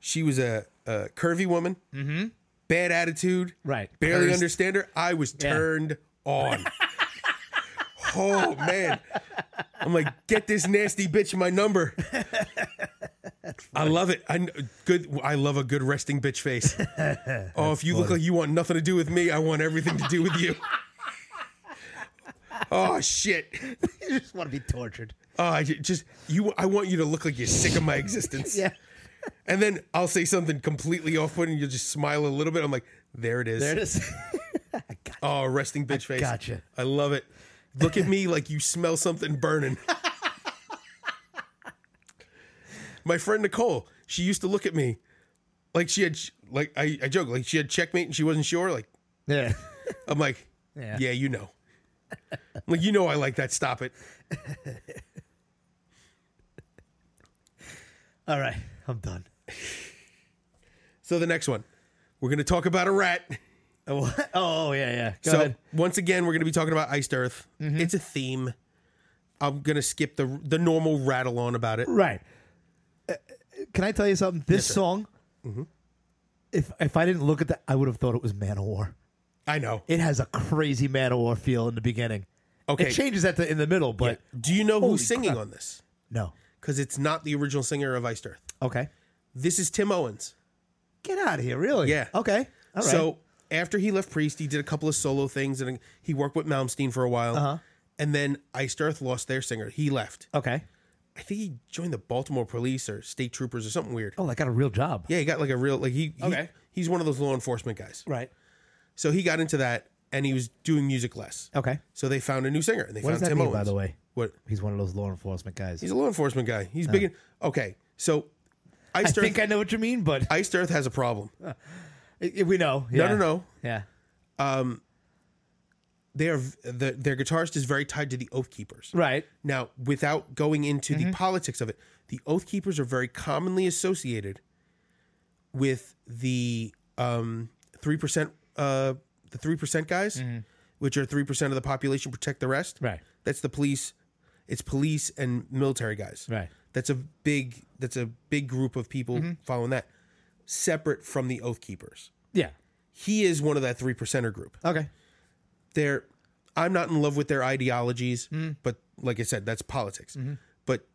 she was a, a curvy woman, mm-hmm. bad attitude,
Right.
Barely
Cursed.
understand her. I was turned
(laughs)
on. oh man, I'm like, get this nasty bitch my number. I love it. I kn- good. I love a good resting bitch
(laughs)
face. oh, if you look like you want nothing to do with me, I want everything to do with
(laughs)
you. oh shit.
(laughs) you just want to be tortured.
Oh, I ju- just you. I want you to look like you're sick of my existence.
(laughs) Yeah.
And then I'll say something completely off-putting. You'll just smile a little bit. I'm like, there it is.
There it is.
Oh, resting bitch face.
gotcha.
I love it. Look at
(laughs)
me like you smell something burning. My friend Nicole, she used to look at me like she had, like, I, I joke, like she had checkmate and she wasn't sure. Like,
yeah. (laughs)
I'm like, yeah,
Yeah.
you know. I'm like, you know, I like that. Stop it.
All right. I'm (laughs) done.
So the next one, we're going to talk about a rat.
Oh, oh yeah, yeah. Go
so
ahead. Mm-hmm.
once again, we're going to be talking about iced earth. It's a theme. I'm going to skip the, the normal rattle on about it.
Right. Uh, can I tell you something? This song, Mm-hmm. if if I didn't look at that, I would have thought it was Man of War.
I know.
It has a crazy Man of War feel in the beginning.
Okay.
It changes at the in the middle, but
Do you know
Holy
who's singing
crap.
on this?
no.
because it's not the original singer of Iced Earth.
Okay.
This is Tim Owens.
Get out of here, really?
Yeah.
Okay. All right.
So after he left Priest, he did a couple of solo things and he worked with Malmsteen for a while. Uh-huh. And then Iced Earth lost their singer. He left.
okay.
I think he joined the Baltimore Police or State Troopers or something weird.
Oh, I got a real job.
Yeah, he got like a real like he, he
Okay.
he's one of those law enforcement guys.
Right.
So he got into that and he was doing music less.
Okay.
So they found a new singer. And they
What
found
does that
Tim
mean,
Owens.
by the way?
What?
He's one of those law enforcement guys.
He's a law enforcement guy. He's big. In, okay, so
I
Iced Earth,
think Oh. I know what you mean, but
Iced Earth has a problem.
I- we know.
No, no, no.
Yeah.
They are the, their guitarist is very tied to the Oath Keepers.
Right.
Now, without going into
Mm-hmm.
the politics of it, the Oath Keepers are very commonly associated with the um three percent uh the three percent guys, which are three percent of the population protect the rest.
Mm-hmm. Right.
That's the police. It's police and military guys.
Right. Mm-hmm.
That's a big that's a big group of people following that. Separate from the Oath Keepers.
Yeah.
He is one of that three percenter group
Okay.
they're I'm not in love with their ideologies, but like I said, that's politics. But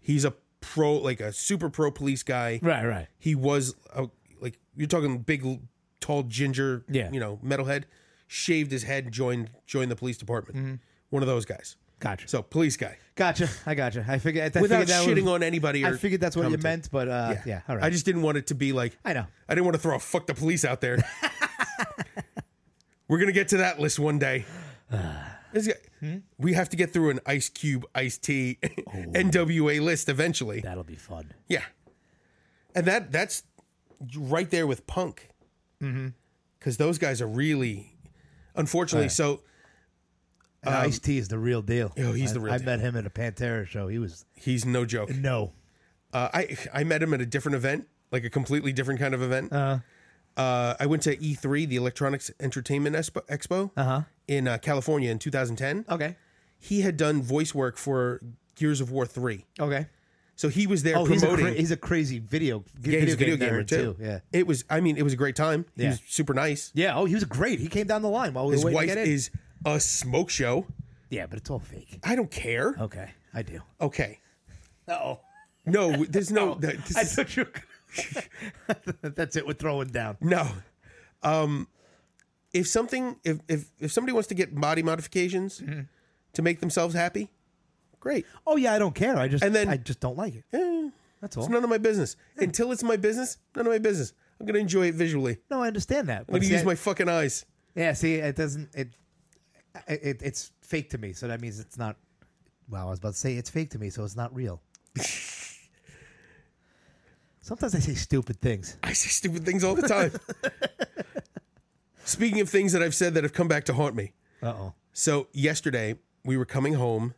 he's a pro, like a super pro police guy.
Right. Right.
He was a, like you're talking big, tall ginger,
Yeah.
you know, metalhead. Shaved his head, joined joined the police department. One of those guys.
Gotcha.
So police guy,
Gotcha. I gotcha. I figured. I figured
without
that
shitting
was,
on anybody. Or
I figured that's what you
commenting.
meant, but uh, yeah. All right.
I just didn't want it to be like
I know.
I didn't want to throw a fuck the police out there. We're gonna get to that list one day. This guy- We have to get through an Ice Cube, Ice T, NWA list eventually.
That'll be fun.
Yeah, and that that's right there with Punk, because those guys are really, unfortunately. So
And Ice T is the real deal.
Oh, Um, he's
I,
the real
I
deal.
met him at a Pantera show. He was
he's no joke.
no.
Uh, I I met him at a different event, like a completely different kind of event.
Uh,
Uh, I went to E3, the Electronics Entertainment Expo, Expo
Uh-huh. Oh.
in uh, California in 2010.
okay.
He had done voice work for Gears of War 3.
Okay.
So he was there
Oh, he's a,
promoting.
cra- he's a crazy video,
yeah, he's a video
game
gamer
nerd,
too.
Yeah.
It was, I mean, it was a great time. He
Yeah.
was super nice.
Yeah. Oh, he was great. He came down the line while we
His
were
wife
waiting to get in.
is a smoke show.
yeah, but it's all fake.
I don't care.
Okay, I do.
Okay.
Oh,
No, there's
(laughs)
no, that- this
I
is-
thought
(laughs)
you. were gonna- (laughs) That's it. We're throwing down.
no. Um, if something, if, if, if somebody wants to get body modifications to make themselves happy, great.
Oh yeah, I don't care. I just
And then-
I just don't like it.
Eh.
That's all.
It's none of my business. Until it's my business, none of my business. I'm gonna enjoy it visually.
no, I understand that.
I'm
But
gonna
see,
use
I-
my fucking eyes.
yeah, see, it doesn't. It, it it- it's fake to me. So that means it's not. Well, I was about to say it's fake to me, so it's not (laughs) real. Sometimes I say stupid things.
I say stupid things all the time. Speaking of things that I've said that have come back to haunt me.
Uh oh.
So yesterday we were coming home,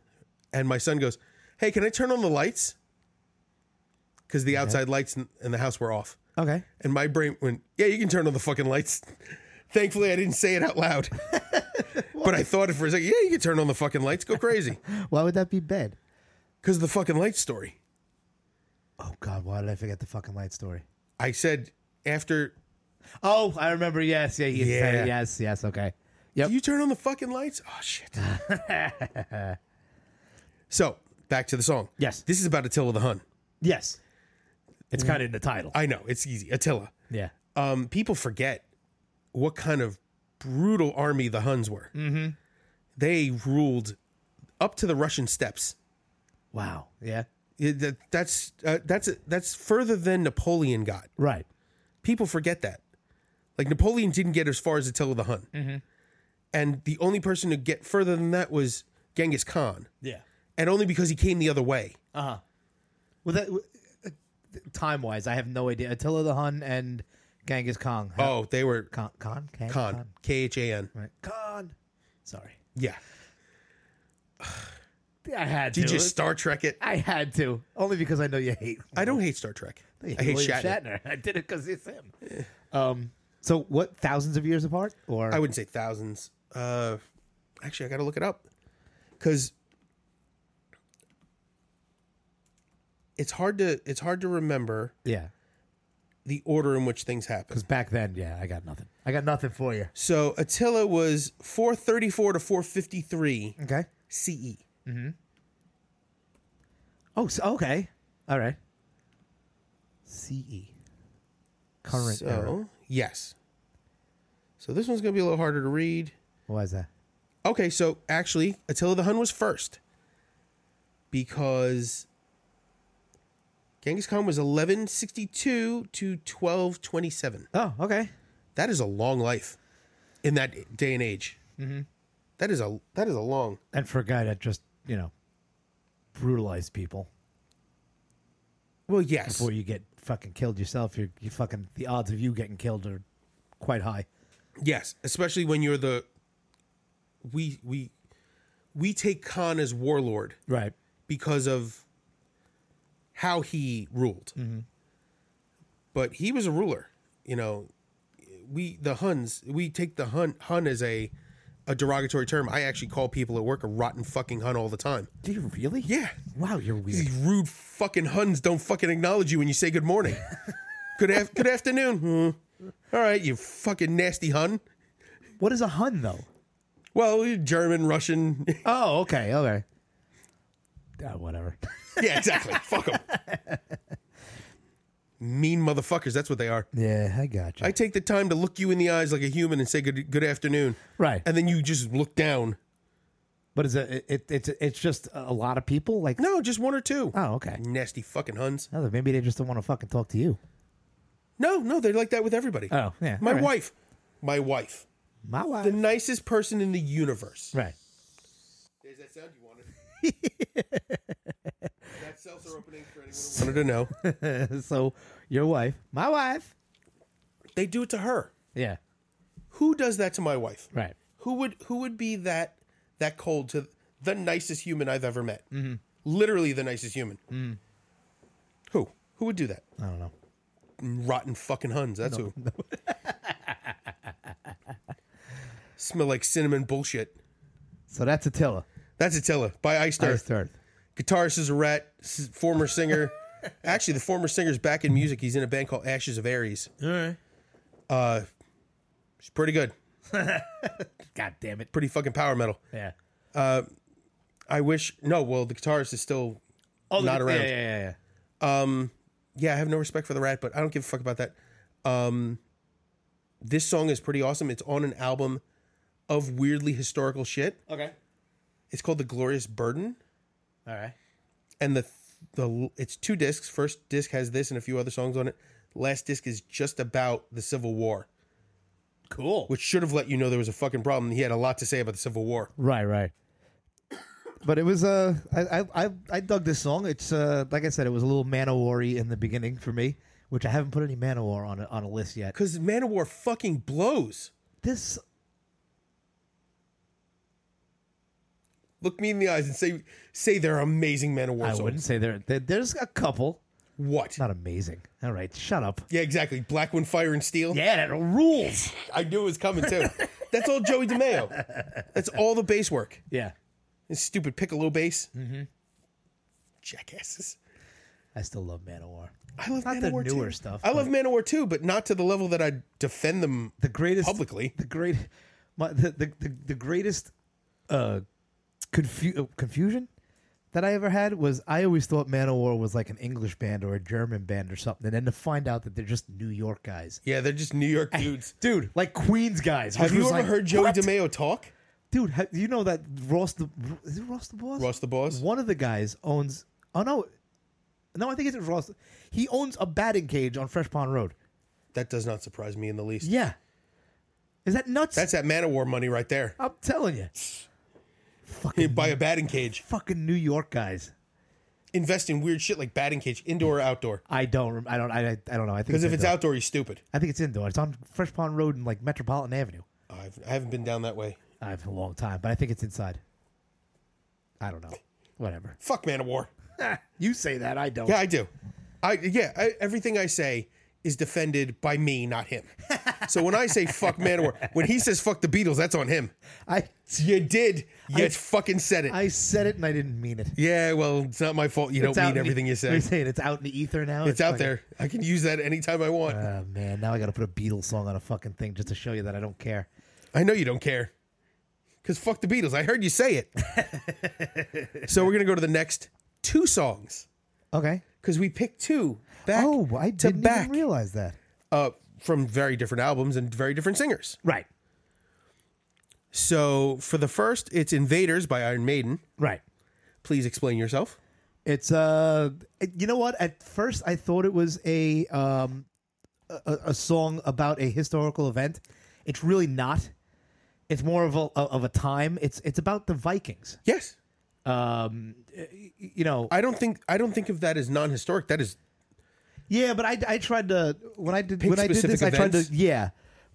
and my son goes, "Hey, can I turn on the lights?" Because the outside lights in in the house were off,
Okay.
and my brain went, "Yeah, you can turn on the fucking lights." (laughs) Thankfully, I didn't say it out loud, (laughs) but I thought it for a second. Yeah, you can turn on the fucking lights. Go crazy (laughs)
Why would that be bad?
because of the fucking light story.
Oh God, why did I forget the fucking light story?
I said after
Oh, I remember. Yes, yeah, yes,
Yeah.
yes, yes. Okay. Yep.
Do you turn on the fucking lights? Oh shit. so back to the song.
Yes.
This is about Attila the Hun.
yes. It's kind of in the title.
I know, it's easy. Attila.
yeah.
Um, people forget what kind of brutal army the Huns were. Mm-hmm. They ruled up to the Russian steppes.
Wow. Yeah.
It- that- That's uh, that's that's further than Napoleon got.
Right.
People forget that. Like Napoleon didn't get as far as Attila the Hun, and the only person to get further than that was Genghis Khan.
Yeah.
and only because he came the other way.
Well, that time wise, I have no idea. Attila the Hun and Genghis Khan. How-
Oh, they were
Khan. Khan. Kang-
Khan, K H A N.
Right. Khan. Sorry.
Yeah.
I had to.
Did you Star Trek it?
I had to only because I know you hate. (laughs)
I don't hate Star Trek. I hate
William
Shatner.
Shatner. I did it because it's him. Um. So what? Thousands of years apart, or
I wouldn't say thousands. Uh, actually, I got to look it up because it's hard to it's hard to remember
yeah.
the order in which things happen.
Because back then, yeah, I got nothing. I got nothing for you.
So Attila was 434 to 453
Okay.
CE.
Oh, so, okay. All right. CE. Current
so
era.
yes. So this one's gonna be a little harder to read.
Why is that?
Okay, so actually, Attila the Hun was first because Genghis Khan was 1162 to 1227.
Oh, okay.
That is a long life. in that day and age. That is a that is a long.
and for a guy that just you know brutalized people
Well, yes,
before you get fucking killed yourself, you you fucking the odds of you getting killed are quite high.
yes, especially when you're the we we we take Khan as warlord
Right.
because of how he ruled. But he was a ruler, you know. We the Huns we take the Hun Hun as a a derogatory term. I actually call people at work a rotten fucking Hun all the time.
Do you really?
Yeah.
Wow, you're weird.
These rude fucking Huns don't fucking acknowledge you when you say good morning. good af- good afternoon. Hmm. All right, you fucking nasty Hun.
What is a Hun though?
Well, you're German, Russian.
Oh, okay, okay. Ah, whatever.
yeah, exactly. Fuck them. Mean motherfuckers. That's what they are.
(laughs) yeah, I got you.
I take the time to look you in the eyes like a human and say good good afternoon,
right,
and then you just look down.
but is it, it it's it's just a lot of people like?
No, just one or two.
Oh, okay.
Nasty fucking Huns.
No, maybe they just don't want to fucking talk to you.
No, no, they're like that with everybody.
Oh, yeah.
my
all right.
wife, my wife,
My wife.
the nicest person in the universe.
right. (laughs)
There's that sound you wanted. that seltzer opening for anyone who wanted to know.
so your wife, my wife.
They do it to her.
Yeah.
Who does that to my wife?
Right.
Who would who would be that that cold to the nicest human I've ever met?
Mm-hmm.
Literally the nicest human. Who who would do that?
I don't know.
Rotten fucking Huns. That's who.
(laughs)
Smell like cinnamon bullshit.
So that's Attila.
That's Attila by Iced
I
Earth.
start.
guitarist is a rat, s- former singer. (laughs) Actually, the former singer's back in music. He's in a band called Ashes of Aries.
All right.
It's pretty good,
God damn it.
pretty fucking power metal.
Yeah.
I wish. No, well, the guitarist is still
Oh,
not around.
Yeah,
Yeah,
yeah, yeah.
I have no respect for the rat, but I don't give a fuck about that. Um, this song is pretty awesome. It's on an album of weirdly historical shit.
Okay.
It's called The Glorious Burden,
All right.
and the the it's two discs. First disc has this and a few other songs on it. Last disc is just about the Civil War.
Cool.
which should have let you know there was a fucking problem. He had a lot to say about the Civil War.
Right, right. But it was uh, I, I I I dug this song. It's uh, like I said, it was a little Manowar-y in the beginning for me, which I haven't put any Manowar on a, on a list yet.
Because Man of War fucking blows.
This
Look me in the eyes and say say they're amazing Man of War
I
songs.
wouldn't say there, there. There's a couple,
What?
not amazing. All right, shut up.
Yeah, exactly. Black One Fire and Steel.
Yeah, that rules.
I knew it was coming too. (laughs) That's all Joey DeMeo. That's all the bass work.
yeah,
This stupid piccolo bass. Mm-hmm. Jackasses.
I still love Manowar.
I love
Not
Man
the
of War
newer
too.
stuff,
I love Man of War too, but not to the level that I defend them
The greatest
publicly.
the great my the the, the, the greatest uh, confu- uh, confusion that I ever had was I always thought Manowar was like an English band or a German band or something, and then to find out that they're just New York guys,
Yeah, they're just New York dudes.
dude, like Queens guys.
Have
which
you
was
ever
like,
heard Joey
what?
DeMeo talk?
Dude, ha- you know that Ross the is it Ross the Boss?
Ross the Boss?
One of the guys owns. Oh no, no, I think it's Ross. He owns a batting cage on Fresh Pond Road.
That does not surprise me in the least.
Yeah, is that nuts?
That's that man of war money right there.
I'm telling you,
You buy a batting cage.
fucking New York guys.
Invest in weird shit like batting cage, indoor or outdoor.
I don't. rem- I don't. I. I- I don't know. I think
Because if it's
indoor.
outdoor, you're stupid.
I think it's indoor. It's on Fresh Pond Road and like Metropolitan Avenue.
I've, I haven't been down that way.
I've a long time, but I think it's inside. I don't know. Whatever.
Fuck man of war.
(laughs) you say that. I don't.
Yeah, I do. I yeah. I, everything I say is defended by me, not
(laughs)
him. So when I say fuck man of war, when he says fuck the Beatles, that's on him.
I.
You did. You
I-
fucking said it.
I said it and I didn't mean it.
yeah. Well, it's not my fault. You
It's
don't
out in
mean
the- e-
everything you
What are
say.
you saying? It's out in the ether now.
It's out
like-
there. I can use that anytime I want.
Oh man, now I got to put a Beatles song on a fucking thing just to show you that I don't care.
I know you don't care. Because fuck the Beatles. I heard you say it.
(laughs)
so we're going to go to the next two songs.
Okay.
Because we picked two back
oh, I
to
didn't
back
even realize that.
uh, from very different albums and very different singers.
Right.
So for the first, it's Invaders by Iron Maiden.
Right.
Please explain yourself.
It's uh, you know what? At first, I thought it was a um, a, a- a song about a historical event. It's really not. It's more of a of a time. It's it's about the Vikings.
Yes,
Um, y- you know,
I don't think I don't think of that as non-historic. That is
Yeah, but I, I tried to when I did when I did
specific
this I tried to
events?
yeah,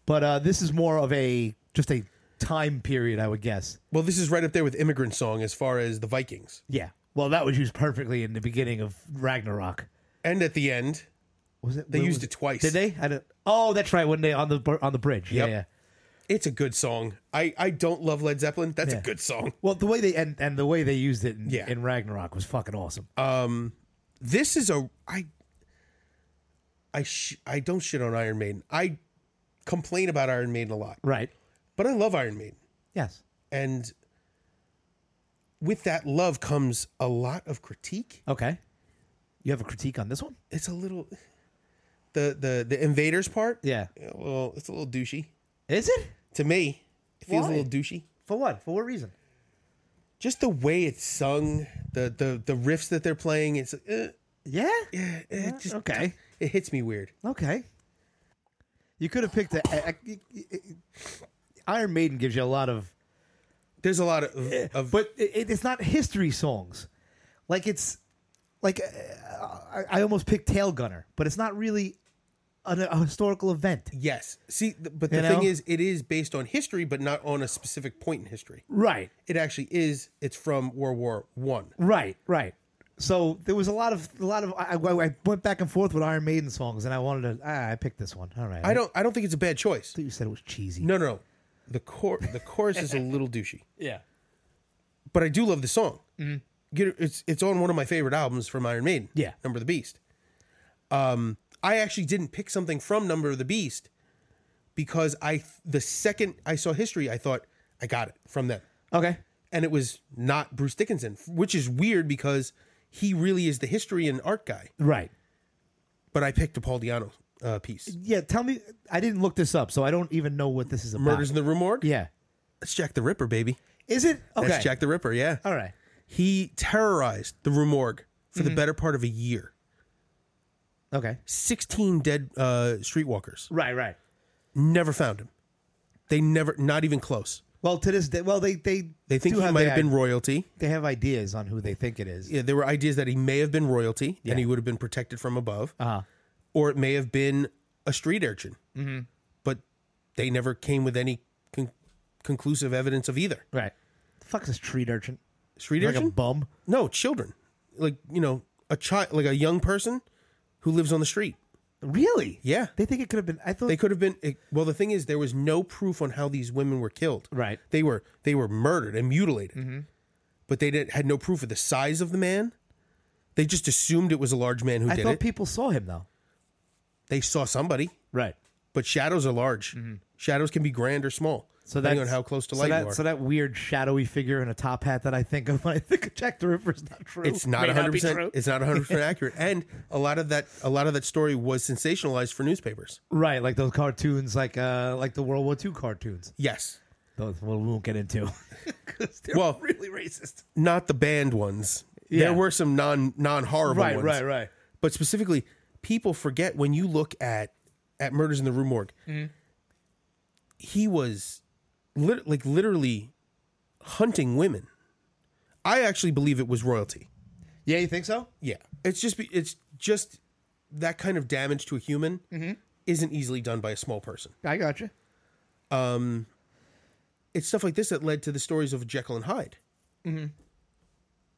but uh, this is more of a just a time period I would guess.
well, this is right up there with immigrant song as far as the Vikings,
Yeah, well that was used perfectly in the beginning of Ragnarok.
and at the end
Was it?
they used it twice.
Did they? I don't, oh, that's right. When they on the br- on the bridge.
Yep.
Yeah, yeah.
It's a good song. I I don't love Led Zeppelin. That's
Yeah.
a good song.
Well, the way they and, and the way they used it in,
Yeah.
in Ragnarok was fucking awesome.
This is a I I sh- I don't shit on Iron Maiden. I complain about Iron Maiden a lot,
right.
but I love Iron Maiden.
Yes.
And with that love comes a lot of critique.
Okay. You have a critique on this one?
It's a little the the the invaders part.
Yeah.
Well, it's a little douchey
Is it?
to me. It feels
Why?
a little douchey.
For what? For what reason?
Just the way it's sung, the the the riffs that they're playing. It's uh,
Yeah.
yeah, it just
Okay.
it hits me weird.
Okay. You could have picked a, a- a- Iron Maiden gives you a lot of,
There's a lot of, of
but it, it's not history songs. Like it's like uh, I, I almost picked Tail Gunner, but it's not really an, a historical event.
yes. See, th- but the
You
thing
know?
is, it is based on history, but not on a specific point in history.
Right.
It actually is. It's from World War One.
Right. Right. So there was a lot of a lot of I, I- I went back and forth with Iron Maiden songs, and I wanted to ah, I picked this one. All right.
I don't. I don't think it's a bad choice.
you said it was cheesy.
No, no, no. The cor- the chorus is a little douchey,
Yeah.
but I do love the song. Get it- it's it's on one of my favorite albums from Iron Maiden.
Mm-hmm. Yeah.
Number of the Beast. Um, I actually didn't pick something from Number of the Beast because I the second I saw History, I thought I got it from them,
Okay.
and it was not Bruce Dickinson, which is weird because he really is the history and art guy.
Right.
But I picked a Paul Diano uh, piece.
Yeah. Tell me. I didn't look this up, so I don't even know what this is about.
Murders in the Rue Morgue.
Yeah.
That's Jack the Ripper, baby.
Is it? Okay.
That's Jack the Ripper. Yeah.
All right.
He terrorized the Rue Morgue for
Mm-hmm.
the better part of a year.
Okay.
16 dead uh, streetwalkers.
Right, right.
Never found him. They never, not even close.
Well, to this day, well, they they
They think
do
he might
the
have been
i-
royalty.
They have ideas on who they think it is.
Yeah, there were ideas that he may have been royalty
Yeah.
and he would have been protected from above,
Uh huh.
or it may have been a street urchin. Mm-hmm. But they never came with any con- conclusive evidence of either.
Right. The fuck's a street urchin?
Street
Like a
urchin?
bum.
no, children. Like, you know, a child, like a young person who lives on the street.
Really?
Yeah.
They think it could have been. I thought.
They could have been. it- Well, the thing is, there was no proof on how these women were killed.
Right.
They were they were murdered and mutilated,
Mm-hmm.
but they did, had no proof of the size of the man. They just assumed it was a large man who
I
did
thought
it.
people saw him though.
they saw somebody,
Right.
but shadows are large. Shadows can be grand or small,
Mm-hmm. So
depending
that's
on how close to
so
light
that,
you are.
So that weird shadowy figure in a top hat that I think of when I think of Jack the Ripper is not true.
it's not
May
one hundred
be
percent.
true.
It's not one hundred
(laughs)
percent accurate, and a lot of that a lot of that story was sensationalized for newspapers.
Right, like those cartoons, like uh, like the World War II cartoons.
Yes,
Those well, we won't get
(laughs)
into. 'Cause they're
Well-
really racist.
not the banned ones.
Yeah.
There were some non non horrible
Right,
ones.
right, right.
but specifically people forget when you look at at murders in the rue morgue he was lit- like literally hunting women i actually believe it was royalty
Yeah, you think so?
yeah it's just be- it's just that kind of damage to a human isn't easily done by a small person
I got you.
it's stuff like this that led to the stories of jekyll and hyde you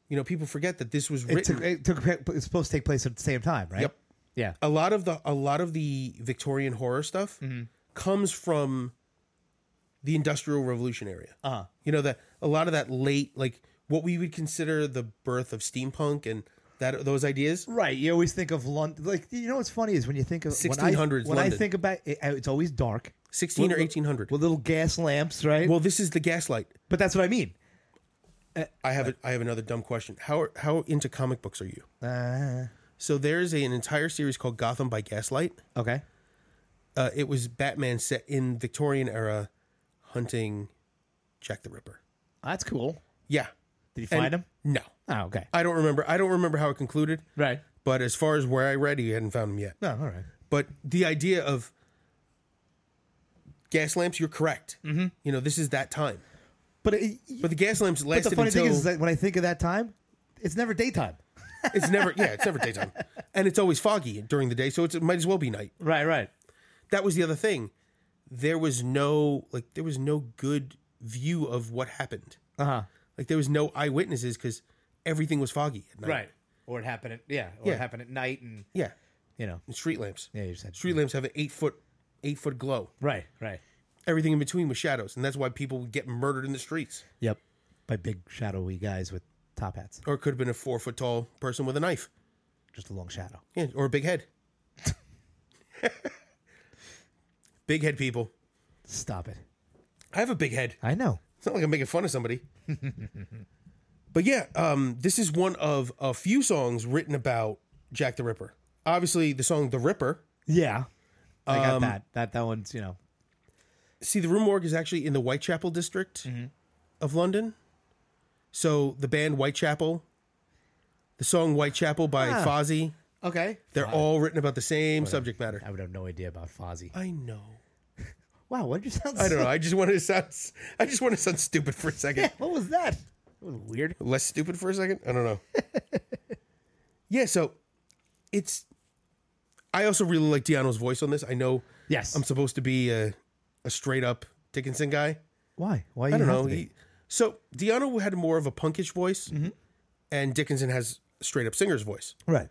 know people forget that this was written
It took, it took it's supposed to take place at the same time, right?
Yep.
Yeah.
a lot of the a lot of the Victorian horror stuff
Mm-hmm.
comes from the Industrial Revolution area.
Uh-huh.
You know that a lot of that late like what we would consider the birth of steampunk and that those ideas.
Right. You always think of London. Like you know what's funny is when you think of when I-
1600s
When I
London.
think about it, it's always dark
16 or
Well,
1800. Well,
with little gas lamps, right?
this is the gaslight.
but that's what I mean.
I have a, I have another dumb question. How how into comic books are you?
Uh,
So there's a, an entire series called Gotham by Gaslight.
okay.
Uh, it was Batman set in Victorian era hunting Jack the Ripper.
That's cool.
Yeah.
Did you
And-
find him?
No.
Oh, okay.
I don't remember. I don't remember how it concluded.
Right.
But as far as where I read, he hadn't found him yet.
No. All right.
But the idea of gas lamps, you're correct. Mm-hmm. You know, this is that time.
But it,
But the gas lamps
but
lasted
the funny
until
thing is, is that when I think of that time, it's never daytime.
it's never yeah, it's never
(laughs)
daytime, and it's always foggy during the day, so it's, it might as well be night.
Right, right.
That was the other thing. There was no like there was no good view of what happened.
Uh huh.
Like there was no eyewitnesses because everything was foggy at night.
Right. Or it happened at yeah. Or
Yeah.
it happened at night, and
Yeah.
you know.
And street lamps.
Yeah, you said
Street lamps have an eight foot eight foot glow.
right, right.
Everything in between was shadows, and that's why people would get murdered in the streets.
Yep. By big shadowy guys with top hats,
Or it could have been a four foot tall person with a knife.
just a long shadow.
Yeah, or a big head. (laughs) big head people.
Stop it.
I have a big head.
I know.
It's not like I'm making fun of somebody. (laughs) but yeah, um, this is one of a few songs written about Jack the Ripper. Obviously, the song The Ripper.
Yeah. I got that. That that one's you know.
See, the Rue Morgue is actually in the Whitechapel district of London. So the band Whitechapel, the song Whitechapel by
Ah.
Fozzy,
Okay.
they're all written about the same subject matter.
I would have no idea about Fozzie.
I know.
Uh, Wow, what did you sound?
I don't know. I just wanted to (laughs) sound. s- I just wanted to sound stupid for a second.
(laughs) What was that? It was weird.
less stupid for a second. I don't
(laughs)
know. yeah, so it's. I also really like Deano's voice on this. I know
Yes.
I'm supposed to be a, a straight up Dickinson guy.
Why? Why? You
I don't
have
know.
to be? Mm-hmm.
He- so Deano had more of a punkish voice, and Dickinson has straight up singer's voice.
Right.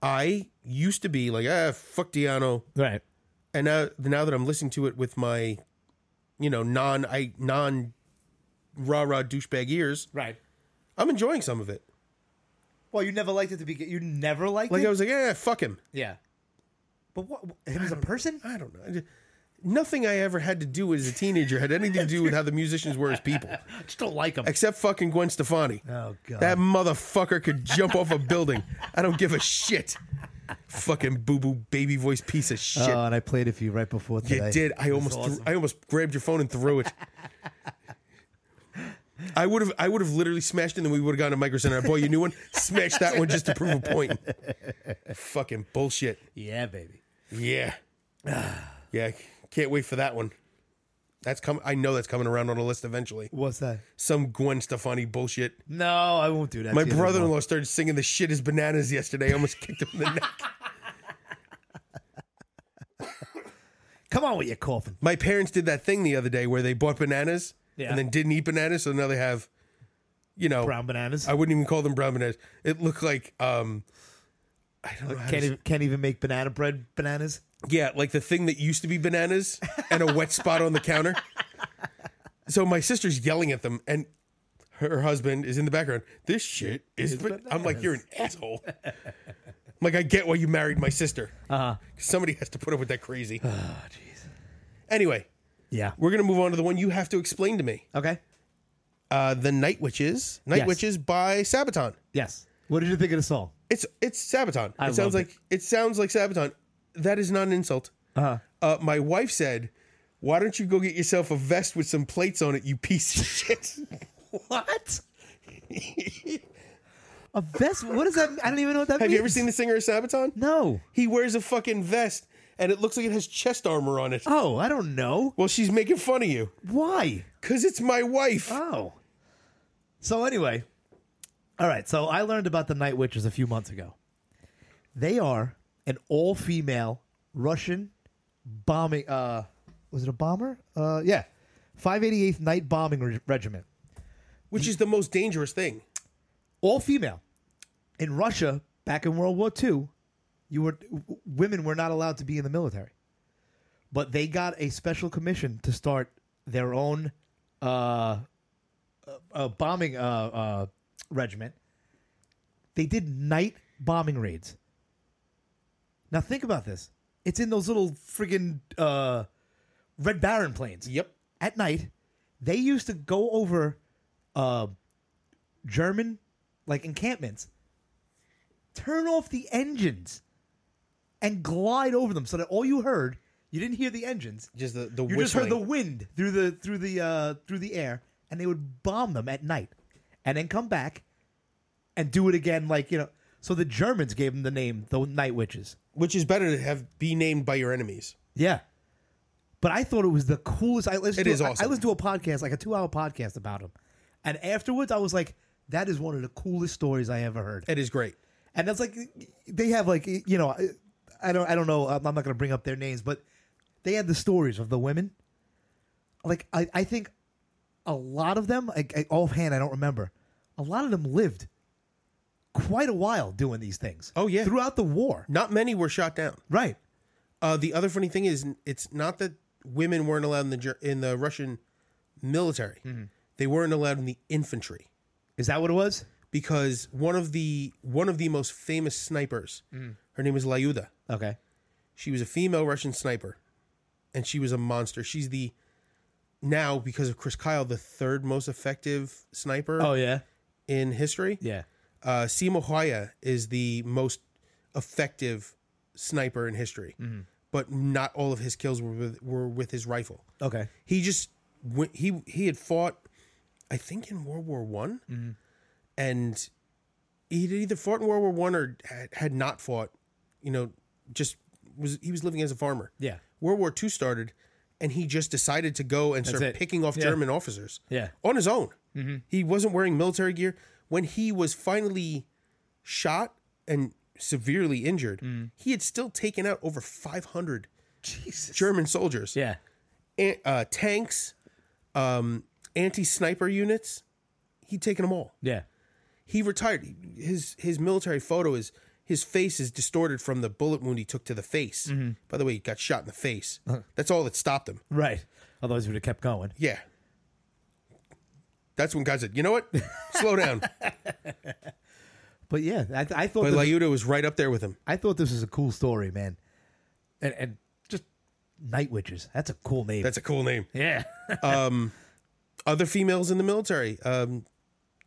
I used to be like, ah, fuck Deano,
Right.
and now now that I'm listening to it with my, you know, non I non rah rah douchebag ears,
Right.
I'm enjoying some of it.
Well, you never liked it to begin. You never liked
Like
it.
I was like, yeah, fuck him.
yeah. But what? Him as a person?
I don't know. I just- nothing I ever had to do as a teenager had anything to do with how the musicians were as people,
I just don't like him.
except fucking Gwen Stefani.
Oh god.
That motherfucker could jump off a building. I don't give a shit. Fucking boo boo baby voice piece of shit.
Oh, and I played it for you right before
you
today.
did. I almost
awesome.
threw, I almost grabbed your phone and threw it. I would have I would have literally smashed it and then we would have gone to Micro Center. I bought you a new one. Smash that one just to prove a point. fucking bullshit.
Yeah, baby.
Yeah. yeah. Can't wait for that one. That's coming. I know that's coming around on a list eventually.
What's that?
Some Gwen Stefani bullshit.
No, I won't do that.
My
to you
brother in
anymore.
law started singing the shit is bananas yesterday. I almost kicked him in the
(laughs)
neck.
Come on with your coffin.
My parents did that thing the other day where they bought bananas
Yeah.
and then didn't eat bananas. So now they have, you know,
Brown bananas.
I wouldn't even call them brown bananas. It looked like, um, I don't know. How to
can't even, can't even make banana bread bananas.
Yeah, like the thing that used to be bananas and a wet spot on the
(laughs)
counter. So my sister's yelling at them, and her husband is in the background. This shit is. Ba-. I'm like, you're an asshole. I'm like, I get why you married my sister. Uh-huh. Somebody has to put up with that crazy.
Oh jeez.
Anyway,
Yeah.
we're gonna move on to the one you have to explain to me.
Okay.
Uh, the Night Witches, Night
Yes.
Witches by Sabaton.
Yes. What did you think of the song?
It's it's Sabaton.
I
it sounds
loved
like it. sounds like Sabaton. That is not an insult.
Uh-huh.
Uh, my wife said, "Why don't you go get yourself a vest with some plates on it, you piece of (laughs) shit?"
What? a vest? What does that? I don't even know what that
Have
means.
you ever seen the singer of Sabaton?
No.
He wears a fucking vest, and it looks like it has chest armor on it.
Oh, I don't know
Well, she's making fun of you
why.
because it's my wife.
Oh. So anyway, all right. So I learned about the Night Witches a few months ago. They are an all-female Russian bombing. Uh, was it a bomber? Uh, yeah, 588th Night Bombing Reg- Regiment.
Which is the most dangerous thing.
all female. In Russia, back in World War II, you were w- women were not allowed to be in the military, but they got a special commission to start their own uh, uh, uh, bombing uh, uh, regiment. They did night bombing raids. Now think about this: it's in those little friggin' uh, Red Baron planes
Yep.
at night, they used to go over uh, German like encampments, turn off the engines, and glide over them so that all you heard you didn't hear the engines.
Just the the
You just heard the wind through the through the uh, through the air, and they would bomb them at night, and then come back, and do it again. Like you know, so the Germans gave them the name the Night Witches.
which is better to have be named by your enemies.
Yeah. But I thought it was the coolest. I listened
It
to,
is
I- I
awesome.
listened to a podcast, like a two hour podcast about him. And afterwards, I was like, that is one of the coolest stories I ever heard.
It is great.
And that's like they have like you know I- I don't I don't know I'm not going to bring up their names but they had the stories of the women. Like I I think a lot of them I, I, offhand I don't remember. A lot of them lived quite a while doing these things.
Oh, yeah.
throughout the war.
Not many were shot down.
Right.
Uh, the other funny thing is, it's not that women weren't allowed in the Ger- in the Russian military; they weren't allowed in the infantry
Is that what it was?
because one of the one of the most famous snipers, her name was Lyuda.
Okay.
She was a female Russian sniper, and she was a monster. She's the now because of Chris Kyle, the third most effective sniper
yeah.
in history.
Yeah.
Uh, Simo Hoya is the most effective sniper in history,
Mm-hmm.
but not all of his kills were with, were with his rifle.
Okay.
He just went, he he had fought, I think, in World War One,
Mm-hmm.
and he had either fought in World War One or had, had not fought. You know, just was he was living as a farmer.
Yeah.
World War Two started, and he just decided to go and start
it.
picking off
Yeah.
German officers
Yeah.
on his own. He wasn't wearing military gear. When he was finally shot and severely injured, he had still taken out over 500
Jesus.
German soldiers,
Yeah.
an- uh, tanks, um, anti sniper units. He'd taken them all.
Yeah.
He retired. His his military photo is his face is distorted from the bullet wound he took to the face. By the way, he got shot in the face. That's all that stopped him.
Right. Otherwise, we'd have kept going.
Yeah. That's when God said, you know what? Slow down.
But yeah, I, I thought
But
this-
Layuta was right up there with him.
I thought this was a cool story, man. And and just Night Witches. That's a cool name.
That's a cool name.
yeah.
Other females in the military. Um,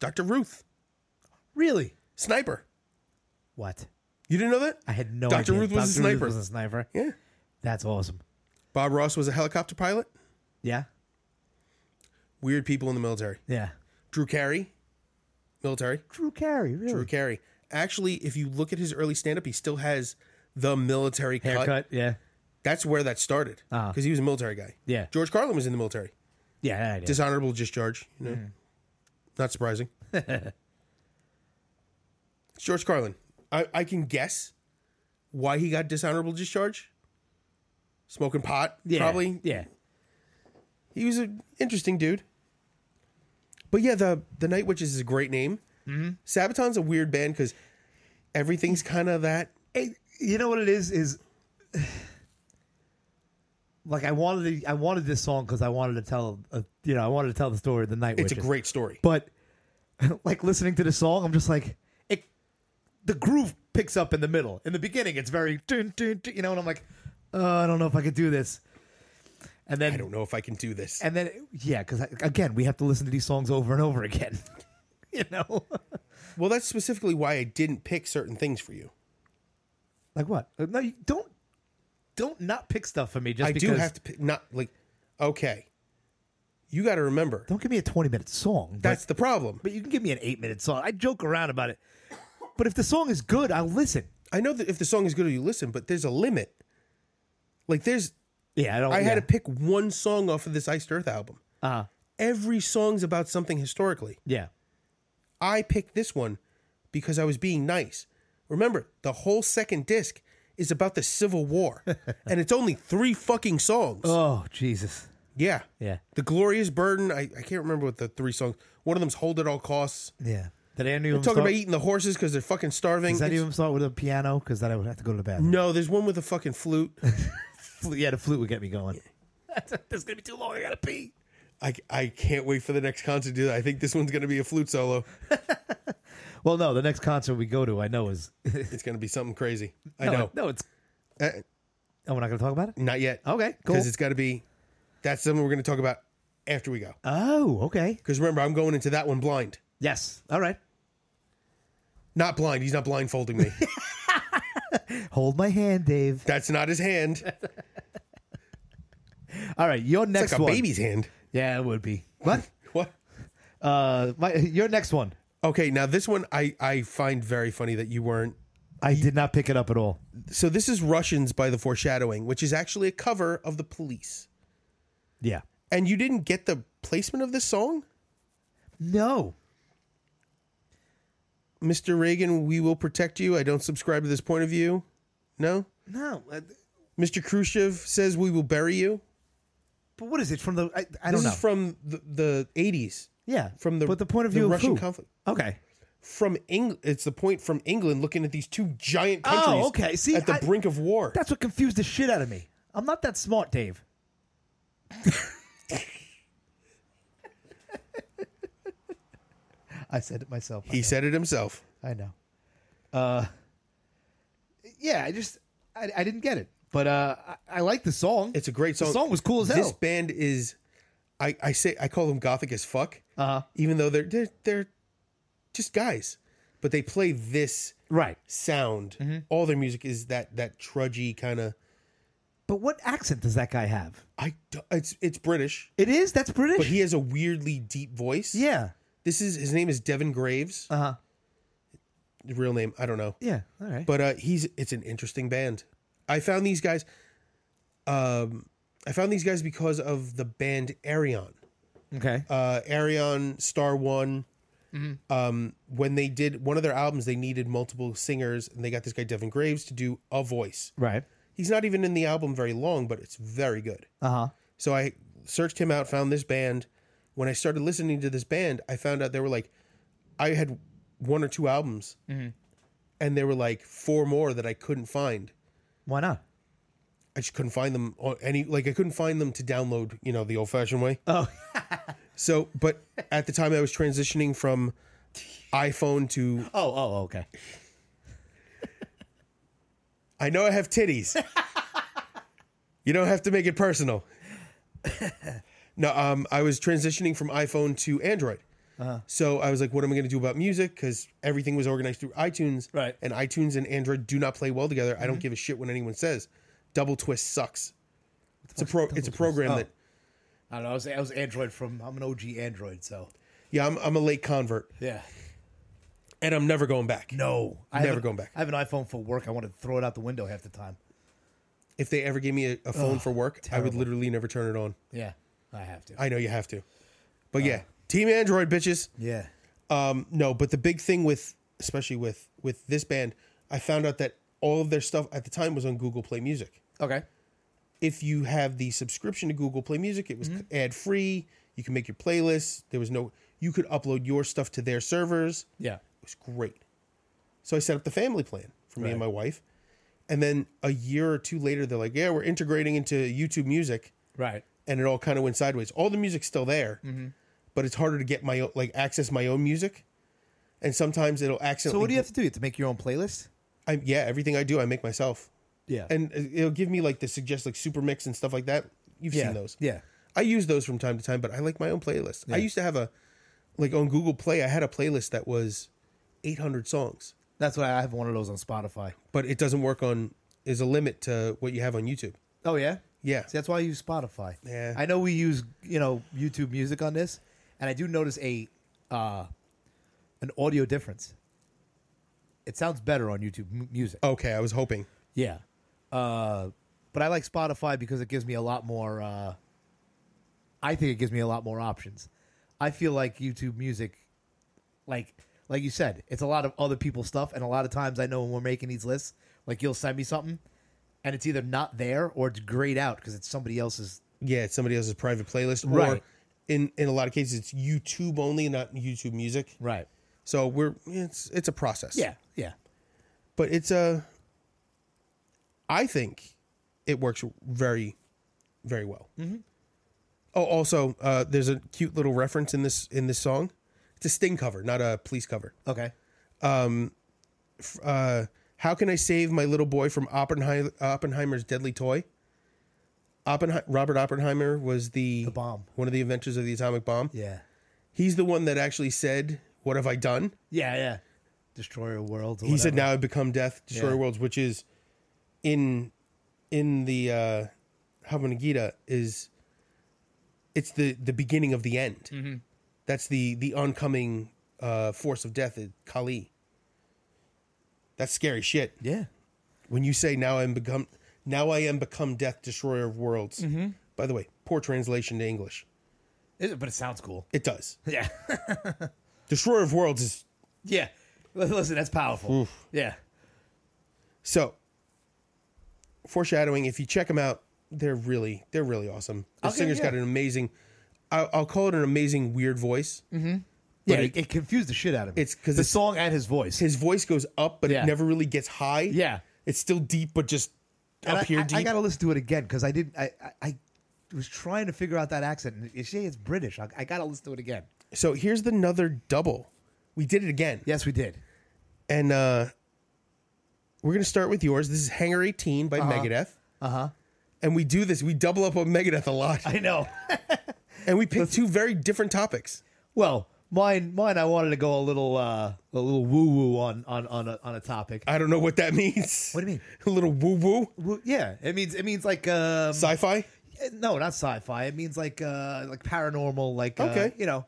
Dr. Ruth,
really?
sniper.
What?
You didn't know that?
I had no
Dr.
idea.
Ruth was a sniper.
was a sniper.
Yeah.
That's awesome.
Bob Ross was a helicopter pilot.
Yeah.
Weird people in the military.
Yeah.
Drew Carey, military.
Drew Carey, really?
Drew Carey. Actually, if you look at his early stand up, he still has the military cut.
Haircut. Yeah.
That's where that started because
Ah.
he was a military guy.
Yeah.
George Carlin was in the military.
Yeah. I did.
Dishonorable discharge. You know,
Mm.
not
(laughs)
surprising. it's George Carlin. I, I can guess why he got dishonorable discharge. Smoking pot,
yeah.
probably.
Yeah.
He was an interesting dude. But yeah, the the Night Witches is a great name. Mm-hmm. Sabaton's a weird band because everything's kind of that.
Hey, you know what it is? Is (sighs) like I wanted to, I wanted this song because I wanted to tell a, you know I wanted to tell the story of the Night
It's
Witches.
a great story.
but (laughs) like listening to the song, I'm just like it. The groove picks up in the middle. In the beginning, it's very dun, dun, dun, you know, and I'm like, uh, I don't know if I could do this. And
I
then,
don't know if I can do this.
and then, yeah, because again, we have to listen to these songs over and over again. (laughs) you know, (laughs)
Well, that's specifically why I didn't pick certain things for you.
like what? Uh, No, you don't, don't not pick stuff for me. Just
I
because,
do have to pick, not like okay. You got to remember
Don't give me a 20 minute song. but-
that's the problem.
but you can give me an eight minute song. I joke around about it, but if the song is good, I'll listen.
I know that if the song is good, you listen, but there's a limit. Like there's,
Yeah, I don't.
I
Oh, yeah.
had to pick one song off of this Iced Earth album.
Uh,
Every song's about something historically.
yeah,
I picked this one because I was being nice. Remember, the whole second disc is about the Civil
(laughs)
War, and it's only three fucking songs.
Oh Jesus.
yeah,
Yeah.
The Glorious Burden. I, I can't remember what the three songs. One of them's Hold at All Costs.
Yeah. Did any of them
Talking
start,
about eating the horses because they're fucking starving.
does any
It's-
of them start with a piano? Because then I would have to go to the (laughs) bathroom.
No, there's one with a fucking flute.
Fl- Yeah, the flute would get me going. (laughs) That's gonna be too long. I gotta pee.
I, I can't wait for the next concert, dude. I think this one's gonna be a flute solo.
Well, no, the next concert we go to, I know is.
It's gonna be something crazy. I
no,
know.
No, it's.
Uh,
Oh, we're not gonna talk about it.
not yet.
Okay, cool.
Because it's gotta be. That's something we're gonna talk about after we go.
Oh, okay.
Because remember, I'm going into that one blind.
Yes. All right.
Not blind. He's not blindfolding
(laughs)
me.
Hold my hand, Dave.
That's not his hand.
All right, your
It's
next
like a
one.
baby's hand.
Yeah, it would be. What?
What?
uh, my your next one.
Okay, now this one I, I find very funny that you weren't.
I did not pick it up at all.
So this is Russians by the Foreshadowing, which is actually a cover of the police.
Yeah.
and you didn't get the placement of this song,
No.
Mr. Reagan, we will protect you. I don't subscribe to this point of view. No,
No. uh,
Mr. Khrushchev says we will bury you.
But what is it from the? I, I don't
This
know.
is from the eighties,
yeah.
from the
but the point of
the
view of
Russian
who?
conflict.
Okay.
From England, it's the point from England looking at these two giant
Oh,
countries.
okay. See,
at the
I-
brink of war.
That's what confused the shit out of me. I'm not that smart, Dave. (laughs) I said it myself. I
he said it himself.
I know. Uh, yeah, I just I, I didn't get it, but uh, I, I like the song.
It's a great song.
The song was cool as hell.
This band is, I, I say I call them gothic as fuck.
Uh-huh.
Even though they're they're they're just guys, but they play this
right,
sound.
Mm-hmm.
All their music is that that trudgy kind of.
but what accent does that guy have?
I do- it's it's British,
It is that's British.
but he has a weirdly deep voice.
yeah,
This is his name is Devin Graves.
uh huh,
The real name I don't know,
yeah. All right,
but uh, he's it's an interesting band. I found these guys. Um, I found these guys because of the band Arion.
okay.
uh, Arion, Star One.
Mm-hmm.
Um, when they did one of their albums, they needed multiple singers, and they got this guy Devin Graves to do a voice.
right,
He's not even in the album very long, but it's very good.
uh huh.
So I searched him out, found this band. When I started listening to this band, I found out they were like, I had one or two albums, and there were like four more that I couldn't find.
Why not?
I just couldn't find them on any like I couldn't find them to download, you know, the old fashioned way.
Oh.
so, but at the time I was transitioning from iPhone to
Oh, oh, okay.
I know I have
(laughs)
titties. you don't have to make it personal. (laughs) no, um, I was transitioning from iPhone to Android.
Uh-huh.
So I was like, what am I going to do about music? Because everything was organized through iTunes.
Right.
And
Mm-hmm.
iTunes and Android do not play well together. I don't give a shit when anyone says. Double Twist sucks. It's a pro. It's a program
Oh.
that.
I don't know. I was, I was Android from. I'm an OG Android, so
Yeah, I'm, I'm a late convert,
yeah.
and I'm never going back.
No, I
Never
have an-
going back.
I have an iPhone for work. I want to throw it out the window half the time.
If they ever gave me a, a phone for work, I would
terrible.
literally never turn it on.
Yeah, I have to.
I know you have to, but yeah, Team Android bitches.
yeah.
Um, no, but the big thing with especially with with this band, I found out that all of their stuff at the time was on Google Play Music.
Okay.
If you have the subscription to Google Play Music, it was
Mm-hmm.
ad free. You can make your playlists. There was no you could upload your stuff to their servers.
Yeah.
It was great. So I set up the family plan for me and
Right.
my wife. And then a year or two later, they're like, yeah, we're integrating into YouTube music.
Right.
And it all kind of went sideways. All the music's still there,
Mm-hmm.
but it's harder to get my own, like access my own music. And sometimes it'll accidentally.
So what do you have to do? You have to make your own playlist.
I, yeah, everything I do, I make myself.
Yeah.
And uh, it'll give me like the suggest like super mix and stuff like that. You've
yeah.
seen those.
Yeah.
I use those from time to time, but I like my own playlist. I used to have a, like on Google Play, I had a playlist that was 800 songs.
That's why I have one of those on Spotify.
but it doesn't work on is a limit to what you have on YouTube.
Oh yeah.
Yeah.
See, that's why I use Spotify.
Yeah.
I know we use you know YouTube Music on this, and I do notice a uh, an audio difference. It sounds better on YouTube M- Music.
Okay, I was hoping.
Yeah. Uh, but I like Spotify because it gives me a lot more. Uh, I think it gives me a lot more options. I feel like YouTube Music, like like you said, it's a lot of other people's stuff, and a lot of times I know when we're making these lists, like you'll send me something, and it's either not there or it's grayed out because it's somebody else's.
Yeah, it's somebody else's private playlist. Or
Right.
in in a lot of cases it's YouTube only, not YouTube music.
Right.
So we're it's it's a process.
Yeah. Yeah.
But it's a I think it works very, very well. Mm-hmm. Oh, also, uh, there's a cute little reference in this in this song. It's a Sting cover, not a Police cover.
Okay.
uh, how can I save my little boy from Oppenheimer, Oppenheimer's deadly toy? Oppenhe- Robert Oppenheimer was the,
The bomb.
one of the inventors of the atomic bomb.
Yeah.
He's the one that actually said, "What have I done?"
Yeah. Yeah. Destroyer world.
He said, "Now I've become death, destroyer
Yeah.
worlds," which is in in the uh, Bhagavad Gita is it's the the beginning of the end. That's the the oncoming uh, force of death, Kali. That's scary shit.
Yeah.
when you say now I'm become now I am become death destroyer of worlds, By the way, poor translation to English.
Is it- But it sounds cool.
It does.
Yeah.
Destroyer of Worlds is
(laughs) yeah. L- Listen, that's powerful. Yeah.
so foreshadowing. If you check them out, they're really they're really awesome. The
Okay,
singer's
yeah.
got an amazing. I'll, I'll call it an amazing weird voice.
Mm-hmm. Yeah, it, it confused the shit out of me.
It's 'cause
the
it's-
song and his voice.
His voice goes up, but
Yeah.
it never really gets high.
Yeah.
it's still deep, but just
And
up
I,
here
I- I
deep.
gotta listen to it again because I didn't. I, I I was trying to figure out that accent. And it's, yeah, it's British. I, I gotta listen to it again.
so here's another double. We did it again.
Yes, we did.
And uh we're gonna start with yours. This is Hanger 18 by Megadeth.
Uh huh.
And we do this, we double up on Megadeth a lot.
I know. (laughs)
And we pick two very different topics.
well, mine mine. I wanted to go a little uh, a little woo woo on on on a, on a topic.
I don't know what that (laughs) means.
What do you mean?
A little woo-woo
Woo- yeah, it means it means like um,
sci-fi?
Eh, no, not sci-fi. It means like uh like paranormal, like okay,
Okay.
you know.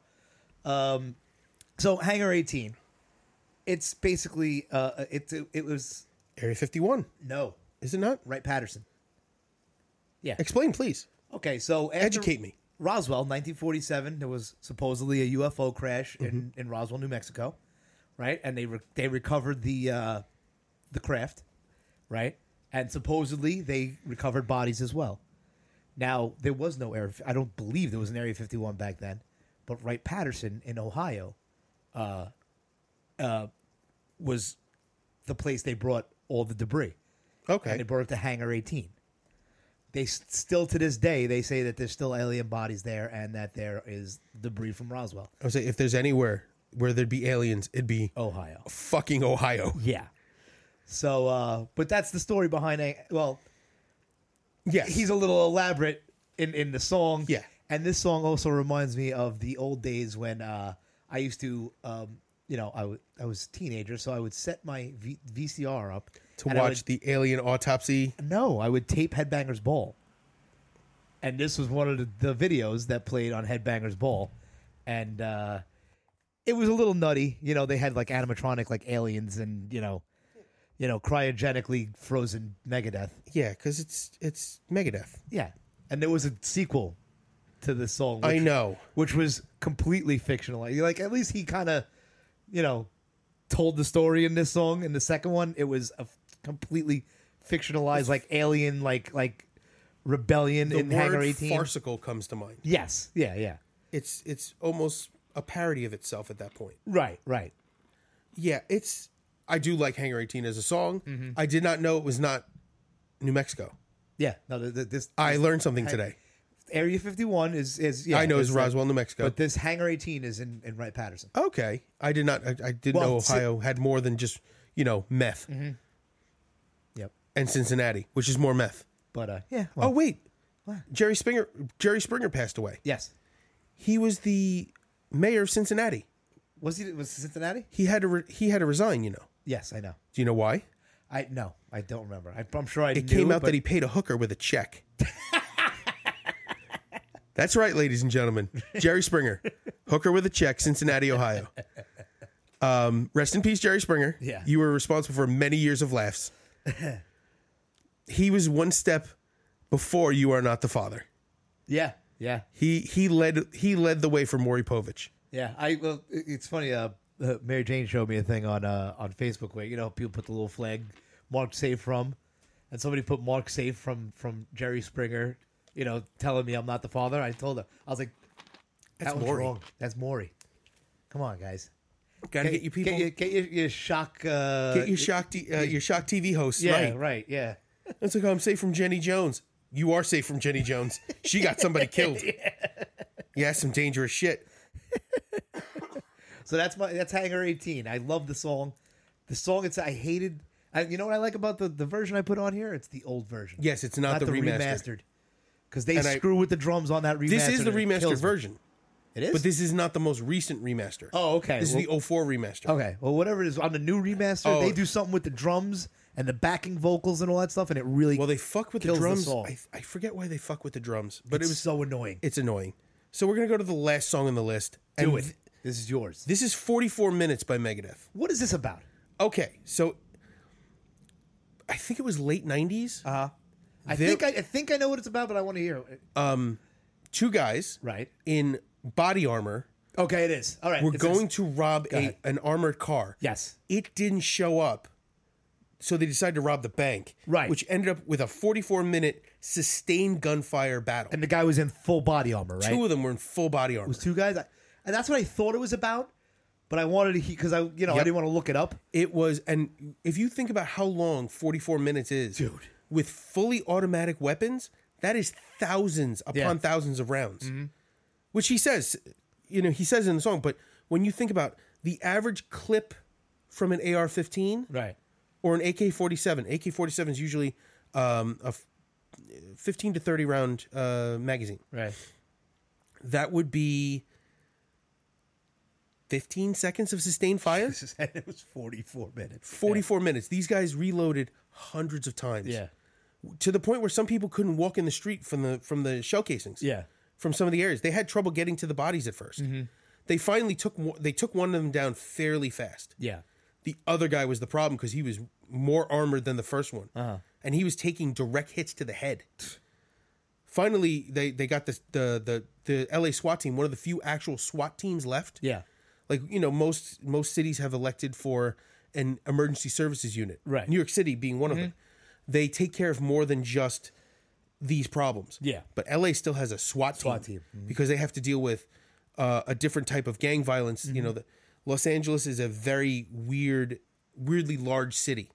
Um, so Hangar 18. It's basically uh it it, it was
Area 51.
no
Is it not?
Wright Patterson. Yeah.
Explain, please.
Okay, so after
Educate me.
Roswell, 1947. There was supposedly a UFO crash in, in Roswell, New Mexico, right? And they re- they recovered the uh, the craft, right? And supposedly they recovered bodies as well. Now there was no air. I don't believe there was an Area 51 back then, but Wright Patterson in Ohio, uh, uh, was the place they brought all the debris and they
Okay.
brought it to Hangar 18. They s- still to this day they say that there's still alien bodies there and that there is debris from Roswell,
I was say if there's anywhere where there'd be aliens, it'd be
Ohio.
fucking (laughs) Ohio.
Yeah. So, uh, but that's the story behind. A- well,
Yes.
he's a little elaborate in in the song.
Yeah.
And this song also reminds me of the old days when uh, I used to, um, you know, I wa- I was a teenager, so I would set my v- VCR up
to
and I would
watch the alien autopsy.
No, I would tape Headbangers Ball. And this was one of the, the videos that played on Headbangers Ball. And uh, it was a little nutty. You know, they had like animatronic like aliens and, you know, you know, cryogenically frozen Megadeth.
Yeah, because it's it's Megadeth.
Yeah. And there was a sequel to this song.
I
which-
know.
Which was completely fictional. Like, like, at least he kind of, you know, told the story in this song. In the second one, it was a f- completely fictionalized, like alien, like like rebellion
The
in Hangar
word
18.
farcical comes to mind.
Yes. Yeah. Yeah.
It's it's almost a parody of itself at that point.
Right. Right.
Yeah, it's. I do like Hangar 18 as a song. I did not know it was not New Mexico.
Yeah. No. th th- this uh,
I learned something today.
Area 51 is is yeah.
I know it's
that-
Roswell, New Mexico.
But this Hangar 18 is in in Wright Patterson.
okay, I did not. I, I didn't
Well,
know
si- Mm-hmm.
Ohio had more than just you know meth
Yep.
and Cincinnati, which is more meth.
But uh, yeah.
Oh
Well,
wait, Jerry Springer. Jerry Springer passed away.
yes.
He was the mayor of Cincinnati.
Was he was it Cincinnati?
He had to. Re- he had to resign. You know.
Yes, I know.
Do you know why?
I no, I don't remember. I, I'm sure I
It came out that he paid a hooker with a check. (laughs) That's right, ladies and gentlemen. Jerry Springer, hooker with a check, Cincinnati, Ohio. Um, rest in peace, Jerry Springer.
Yeah.
you were responsible for many years of (laughs) laughs. he was one step before you are not the father.
Yeah, yeah,
He he led he led the way for Maury Povich.
yeah. I well, it- it's funny. Uh, uh, Mary Jane showed me a thing on uh on Facebook where you know people put the little flag marked safe from, and somebody put Mark safe from from Jerry Springer. You know, telling me I'm not the father. I told her I was like,
That's
that one's
Maury.
wrong. That's Maury. Come on, guys.
Gotta get, you people.
Get your, get your, your shock. Uh,
Get your shock, t- uh, your shock TV host.
yeah,
right.
right. Yeah.
It's like, oh, I'm safe from Jenny Jones. You are safe from Jenny Jones. She got
(laughs)
somebody killed. yeah. some dangerous shit.
So that's my that's Hangar 18. I love the song. The song it's I hated. I, you know what I like about the the version I put on here? It's the old version.
Yes, it's not, the, remastered.
Because they
And I-
screw with the drums on that remaster.
This is the
and it kills
remastered
me.
version,
It is.
but this is not the most recent remaster.
oh, okay.
This
well, Oh,
is the 04 remaster.
okay. Well, whatever it is on the new remaster,
Oh.
they do something with the drums and the backing vocals and all that stuff, and it really
Well, they fuck with the
Kills the
drums.
song.
I, I forget why they fuck with the drums, but it
it's
was
so annoying.
it's annoying. So we're gonna go to the last song on the list.
do
and
it.
th-
this is yours.
this is 44 minutes by Megadeth.
what is this about?
Okay, so I think it was late 90s.
Uh I
There-
think I, I think I know what it's about, but I want to hear. it.
Two guys
right.
in body armor
Okay, it is. All right.
were
it's-
going to rob
ahead.
a, an armored car.
Yes.
It didn't show up. So they decided to rob the bank,
Right.
Which ended up with a 44 minute sustained gunfire battle.
And the guy was in full body armor, right?
two of them were in full body armor.
was two guys. I, and that's what I thought it was about, but I wanted to because I you know I
Yep.
didn't want to look it up.
It was, and if you think about how long 44 minutes is, dude, with fully automatic weapons, that is thousands upon
Yeah. Mm-hmm.
thousands of rounds, which he says, you know, he says in the song, but when you think about the average clip from an AR 15
Right.
or an AK 47, AK 47 is usually um, a f- 15 to 30 round uh, magazine,
Right.
that would be 15 seconds of sustained fire.
(laughs) And it was forty four minutes.
44 minutes. These guys reloaded hundreds of times. To the point where some people couldn't walk in the street from the from the shell casings.
Yeah.
From some of the areas. They had trouble getting to the bodies at 1st They finally took one- they took one of them down fairly fast.
Yeah.
The other guy was the problem because he was more armored than the first one. Uh-huh. And he was taking direct hits to the head. Finally, they, they got the, the the the LA SWAT team, one of the few actual SWAT teams left
Yeah.
like you know most most cities have elected for an emergency services unit
Right. Mm-hmm.
new york city being one of them they take care of more than just these problems
Yeah.
but la still has a swat,
SWAT
team,
team.
because they have to deal with uh, a different type of gang violence you know the, los angeles is a very weird weirdly large city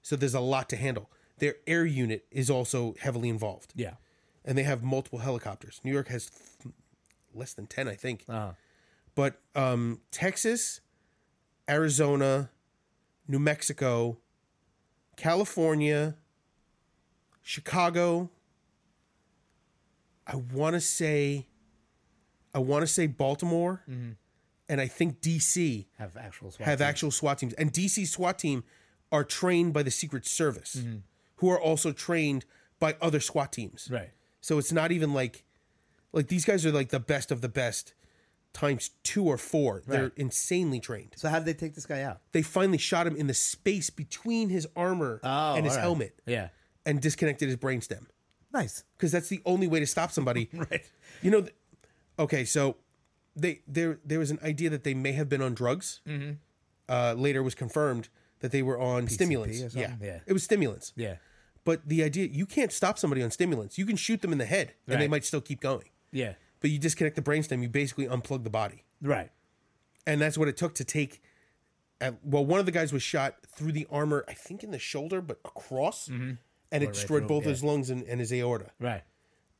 so there's a lot to handle their air unit is also heavily involved
Yeah.
and they have multiple helicopters new york has th- less than 10 i think
Uh-huh.
but um, Texas, Arizona, New Mexico, California, Chicago. I want to say, I want to say Baltimore, and I think DC
Have actual SWAT
have actual SWAT teams, and DC SWAT team are trained by the Secret Service, who are also trained by other SWAT teams.
Right.
So it's not even like like these guys are like the best of the best times two or four. They're
Right.
insanely trained.
So how did they take this guy out?
They finally shot him in the space between his armor and his
Oh, all right.
helmet
Yeah.
and disconnected his brainstem
Nice.
because that's the only way to stop somebody.
(laughs) Right.
You know, th- okay, so they there there was an idea that they may have been on drugs.
Mm-hmm.
Uh, later was confirmed that they were on
or
stimulants.
something?
Yeah.
Yeah.
it was stimulants.
Yeah.
But the idea you can't stop somebody on stimulants. You can shoot them in the head and they
Right.
might still keep going.
Yeah.
but you disconnect the brainstem, you basically unplug the body.
Right.
And that's what it took to take. At, well, one of the guys was shot through the armor, I think in the shoulder, but across, and it destroyed
Mm-hmm. through,
both
yeah.
his lungs and, and his aorta.
Right.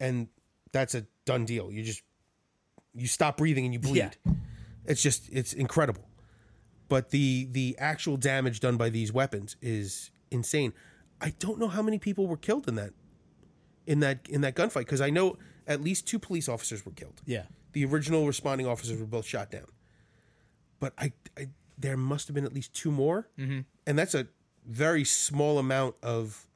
And that's a done deal. You just you stop breathing and you bleed.
Yeah.
It's just it's incredible. But the the actual damage done by these weapons is insane. I don't know how many people were killed in that in that in that gunfight because I know at least two police officers were killed.
Yeah.
The original responding officers were both shot down. But I, I there must have been at least two more,
Mm-hmm.
and that's a very small amount of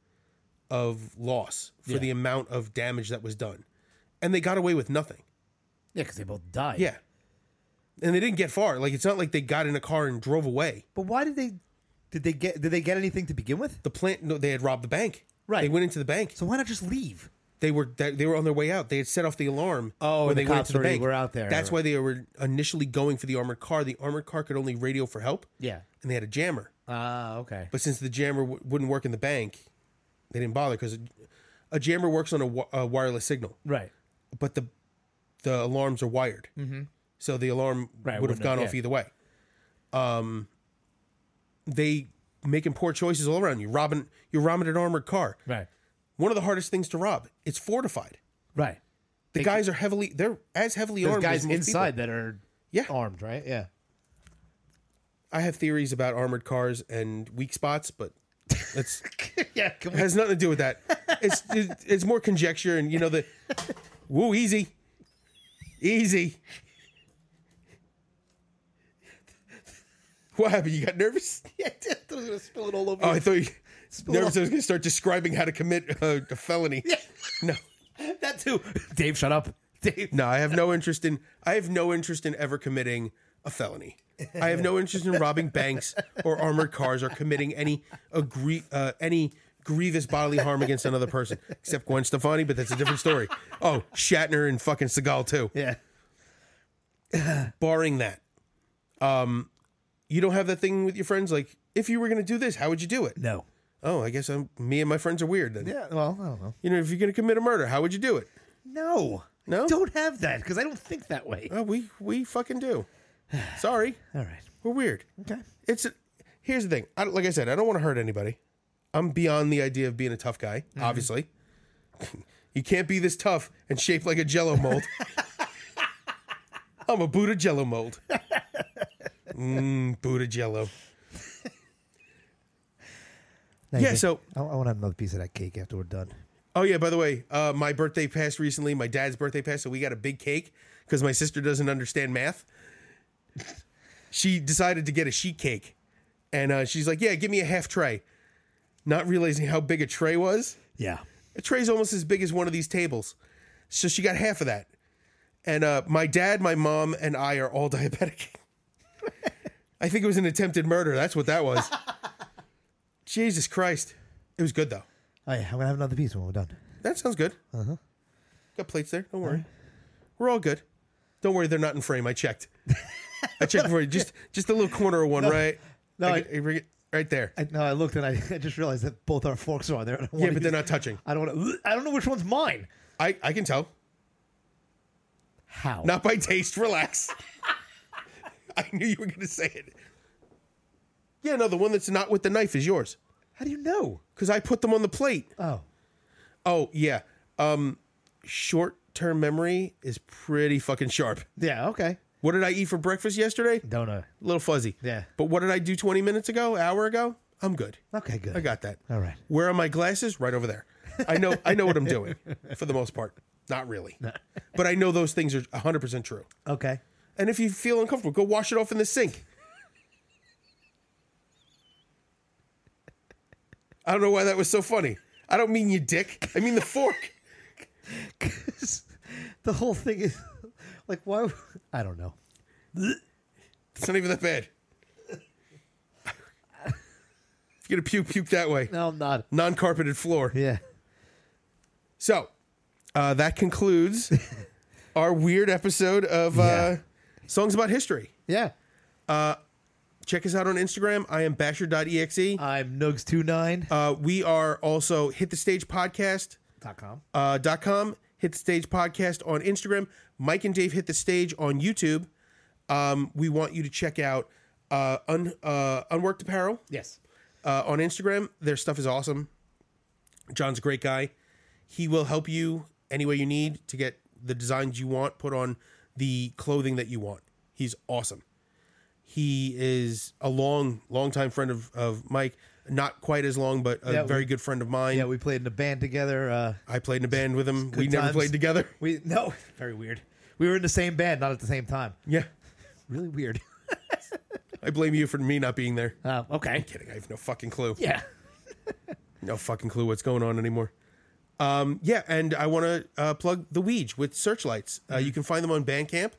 of loss for
Yeah.
the amount of damage that was done, and they got away with nothing.
Yeah, because they both died.
Yeah, and they didn't get far. Like it's not like they got in a car and drove away.
But why did they? Did they get? Did they get anything to begin with?
The plant, no, they had robbed the bank.
Right.
They went into the bank.
So why not just leave?
They were they, they were on their way out. They had set off the alarm.
Oh,
when
and
they
the
went
cops
into the
already
bank.
were out there.
That's why they were initially going for the armored car. The armored car could only radio for help.
Yeah.
and they had a jammer.
Ah, okay.
But since the jammer w- wouldn't work in the bank, they didn't bother because a, a jammer works on a, wi- a wireless signal,
right.
but the the alarms are wired, mm-hmm. so the alarm
Right,
would have
wouldn't
gone
have-
off
yeah.
either way. Um, they making poor choices all around. You robbing you're robbing an armored car.
Right.
One of the hardest things to rob. It's fortified.
Right.
The guys are heavily they're as heavily
There's
armed.
guys
as most people.
inside that are
Yeah.
armed, right? Yeah.
I have theories about armored cars and weak spots, but that's
(laughs) yeah. Can (laughs)
It has nothing to do with that. It's it's it's more conjecture, and you know the woo easy, easy. What happened? You got nervous?
Yeah, I was gonna spill it all over.
Oh, I thought you nervous.
all-
I was going to start describing how to commit uh, a felony. No,
you. that too. Dave, shut up. Dave.
no, I have no interest in. I have no interest in ever committing a felony. I have no interest in robbing banks or armored cars or committing any agree uh, any grievous bodily harm against another person, except Gwen Stefani, but that's a different story. Oh, Shatner and fucking Seagal too.
Yeah.
Barring that, um, you don't have that thing with your friends. Like, if you were gonna do this, how would you do it?
No.
Oh, I guess I'm me and my friends are weird then.
Yeah. Well, I don't know.
You know, if you're gonna commit a murder, how would you do it?
No.
No?
I don't have that because I don't think that way.
Oh, we we fucking do. Sorry,
All right.
we're weird.
Okay.
It's a, here's the thing. I, don't- like I said, I don't want to hurt anybody. I'm beyond the idea of being a tough guy. Obviously, (laughs) you can't be this tough and shaped like a Jello mold. I'm a Buddha Jello mold. Mm, Buddha Jello.
Now
Yeah,
you-
so-
I, I want to have another piece of that cake after we're done.
Oh yeah, by the way, uh, my birthday passed recently. My dad's birthday passed, so we got a big cake because my sister doesn't understand math. (laughs) She decided to get a sheet cake, and uh, she's like, "Yeah, give me a half tray," not realizing how big a tray was.
Yeah.
A tray's almost as big as one of these tables, so she got half of that. And uh, my dad, my mom, and I are all (laughs) diabetic. I think it was an attempted murder. That's what that was. Jesus Christ, it was good though.
All right. Oh, I'm gonna have another piece when we're done.
That sounds good. Uh
Uh-huh.
huh. Got plates there. Don't worry. We're all good. Don't worry. They're not in frame. I checked. I checked
(laughs)
for you. Just just a little corner of one, right?
no,
I- I- right there.
I, no, I looked and I, (laughs) I just realized that both our forks are on there. I don't
yeah,
wanna
but they're
use-
not touching.
I don't. Wanna, I don't know which one's mine.
I I can tell.
How?
Not by taste. Relax. (laughs) I knew you were gonna say it. Yeah, no, the one that's not with the knife is yours
How do you know?
because I put them on the plate.
Oh,
Oh yeah. Um, short term memory is pretty fucking sharp.
yeah. Okay.
What did I eat for breakfast yesterday?
Don't know.
a little fuzzy.
Yeah.
But what did I do 20 minutes ago, hour ago? I'm good.
Okay. Good.
I got that.
All right.
Where are my glasses? Right over there. I know I know what I'm doing for the most part. Not really. But I know those things are 100% true.
Okay. (laughs)
And if you feel uncomfortable, go wash it off in the sink. I don't know why that was so funny. I don't mean you dick. I mean the fork.
Because the whole thing is (laughs) like, why? I don't know.
It's not even that bad. If you're going to puke, puke that way.
No, I'm not.
Non-carpeted floor.
Yeah.
So uh, that concludes our weird episode of uh,
Yeah.
Songs About History.
Yeah.
Check us out on Instagram. I am basher.exe.
I'm nugs29.com.
Uh, we are also hit the stage podcast. Uh, dot com, hit the stage podcast on Instagram. Mike and Dave hit the stage on YouTube. Um, we want you to check out uh, un, uh, Unworked Apparel
yes.
uh, on Instagram. Their stuff is awesome. John's a great guy. He will help you any way you need to get the designs you want put on the clothing that you want. He's awesome. He is a long, long time friend of, of Mike. Not quite as long, but a
Yeah, we-
very good friend of mine.
Yeah, we played in a band together. Uh,
I played in a band with him. We never
times.
played together. (laughs)
we no, (laughs) very weird. We were in the same band, not at the same time.
Yeah.
Really weird. (laughs)
I blame you for me not being there.
Uh, okay.
Kidding. I have no fucking clue.
Yeah.
no fucking clue what's going on anymore. Um, yeah, and I want to uh, plug the Weege with Searchlights.
Mm-hmm.
Uh, You can find them on Bandcamp.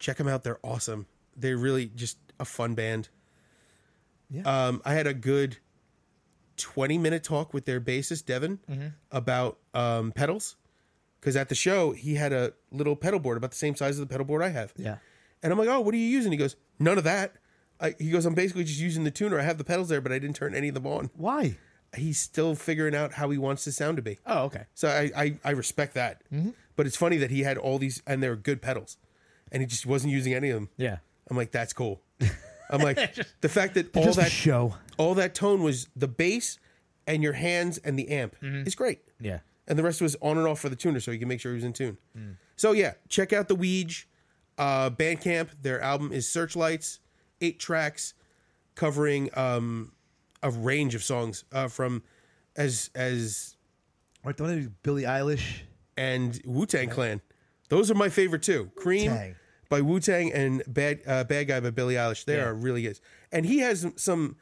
Check them out; they're awesome. They're really just a fun band.
Yeah.
Um, I had a good twenty-minute talk with their bassist Devin
Mm-hmm.
about um, pedals, because at the show he had a little pedal board about the same size as the pedal board I have.
Yeah.
And I'm like, oh, what are you using? He goes, none of that. I, he goes, I'm basically just using the tuner. I have the pedals there, but I didn't turn any of them on
Why?
he's still figuring out how he wants the sound to be.
Oh, Mm-hmm. okay.
So I I, I respect that. But it's funny that he had all these and they're good pedals, and he just wasn't using any of them.
Yeah.
I'm like, that's
(laughs)
cool. I'm like, the fact that all
Just a
that
show.
all that tone was the bass and your hands and the amp
Mm-hmm.
is great,
Yeah.
and the rest was on and off for the tuner, so he can make sure he was in tune. So yeah, check out the Weege, uh, Bandcamp. Their album is Searchlights, eight tracks, covering um, a range of songs uh, from as as
Or don't it be Billie Eilish?
and Wu Tang Clan. Those are my favorite too. Cream
Wu-Tang.
by Wu Tang and Bad uh, Bad Guy by Billie Eilish. They are really good. And he has some.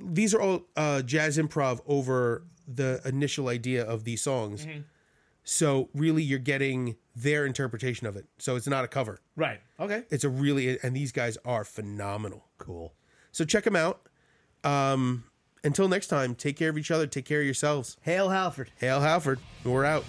These are all uh, jazz improv over the initial idea of these songs. So really, you're getting their interpretation of it. So it's not a cover.
Right. Okay.
It's a really and these guys are phenomenal.
Cool.
So check them out. Um, Until next time, take care of each other, take care of yourselves.
Hail Halford.
Hail Halford, we're out.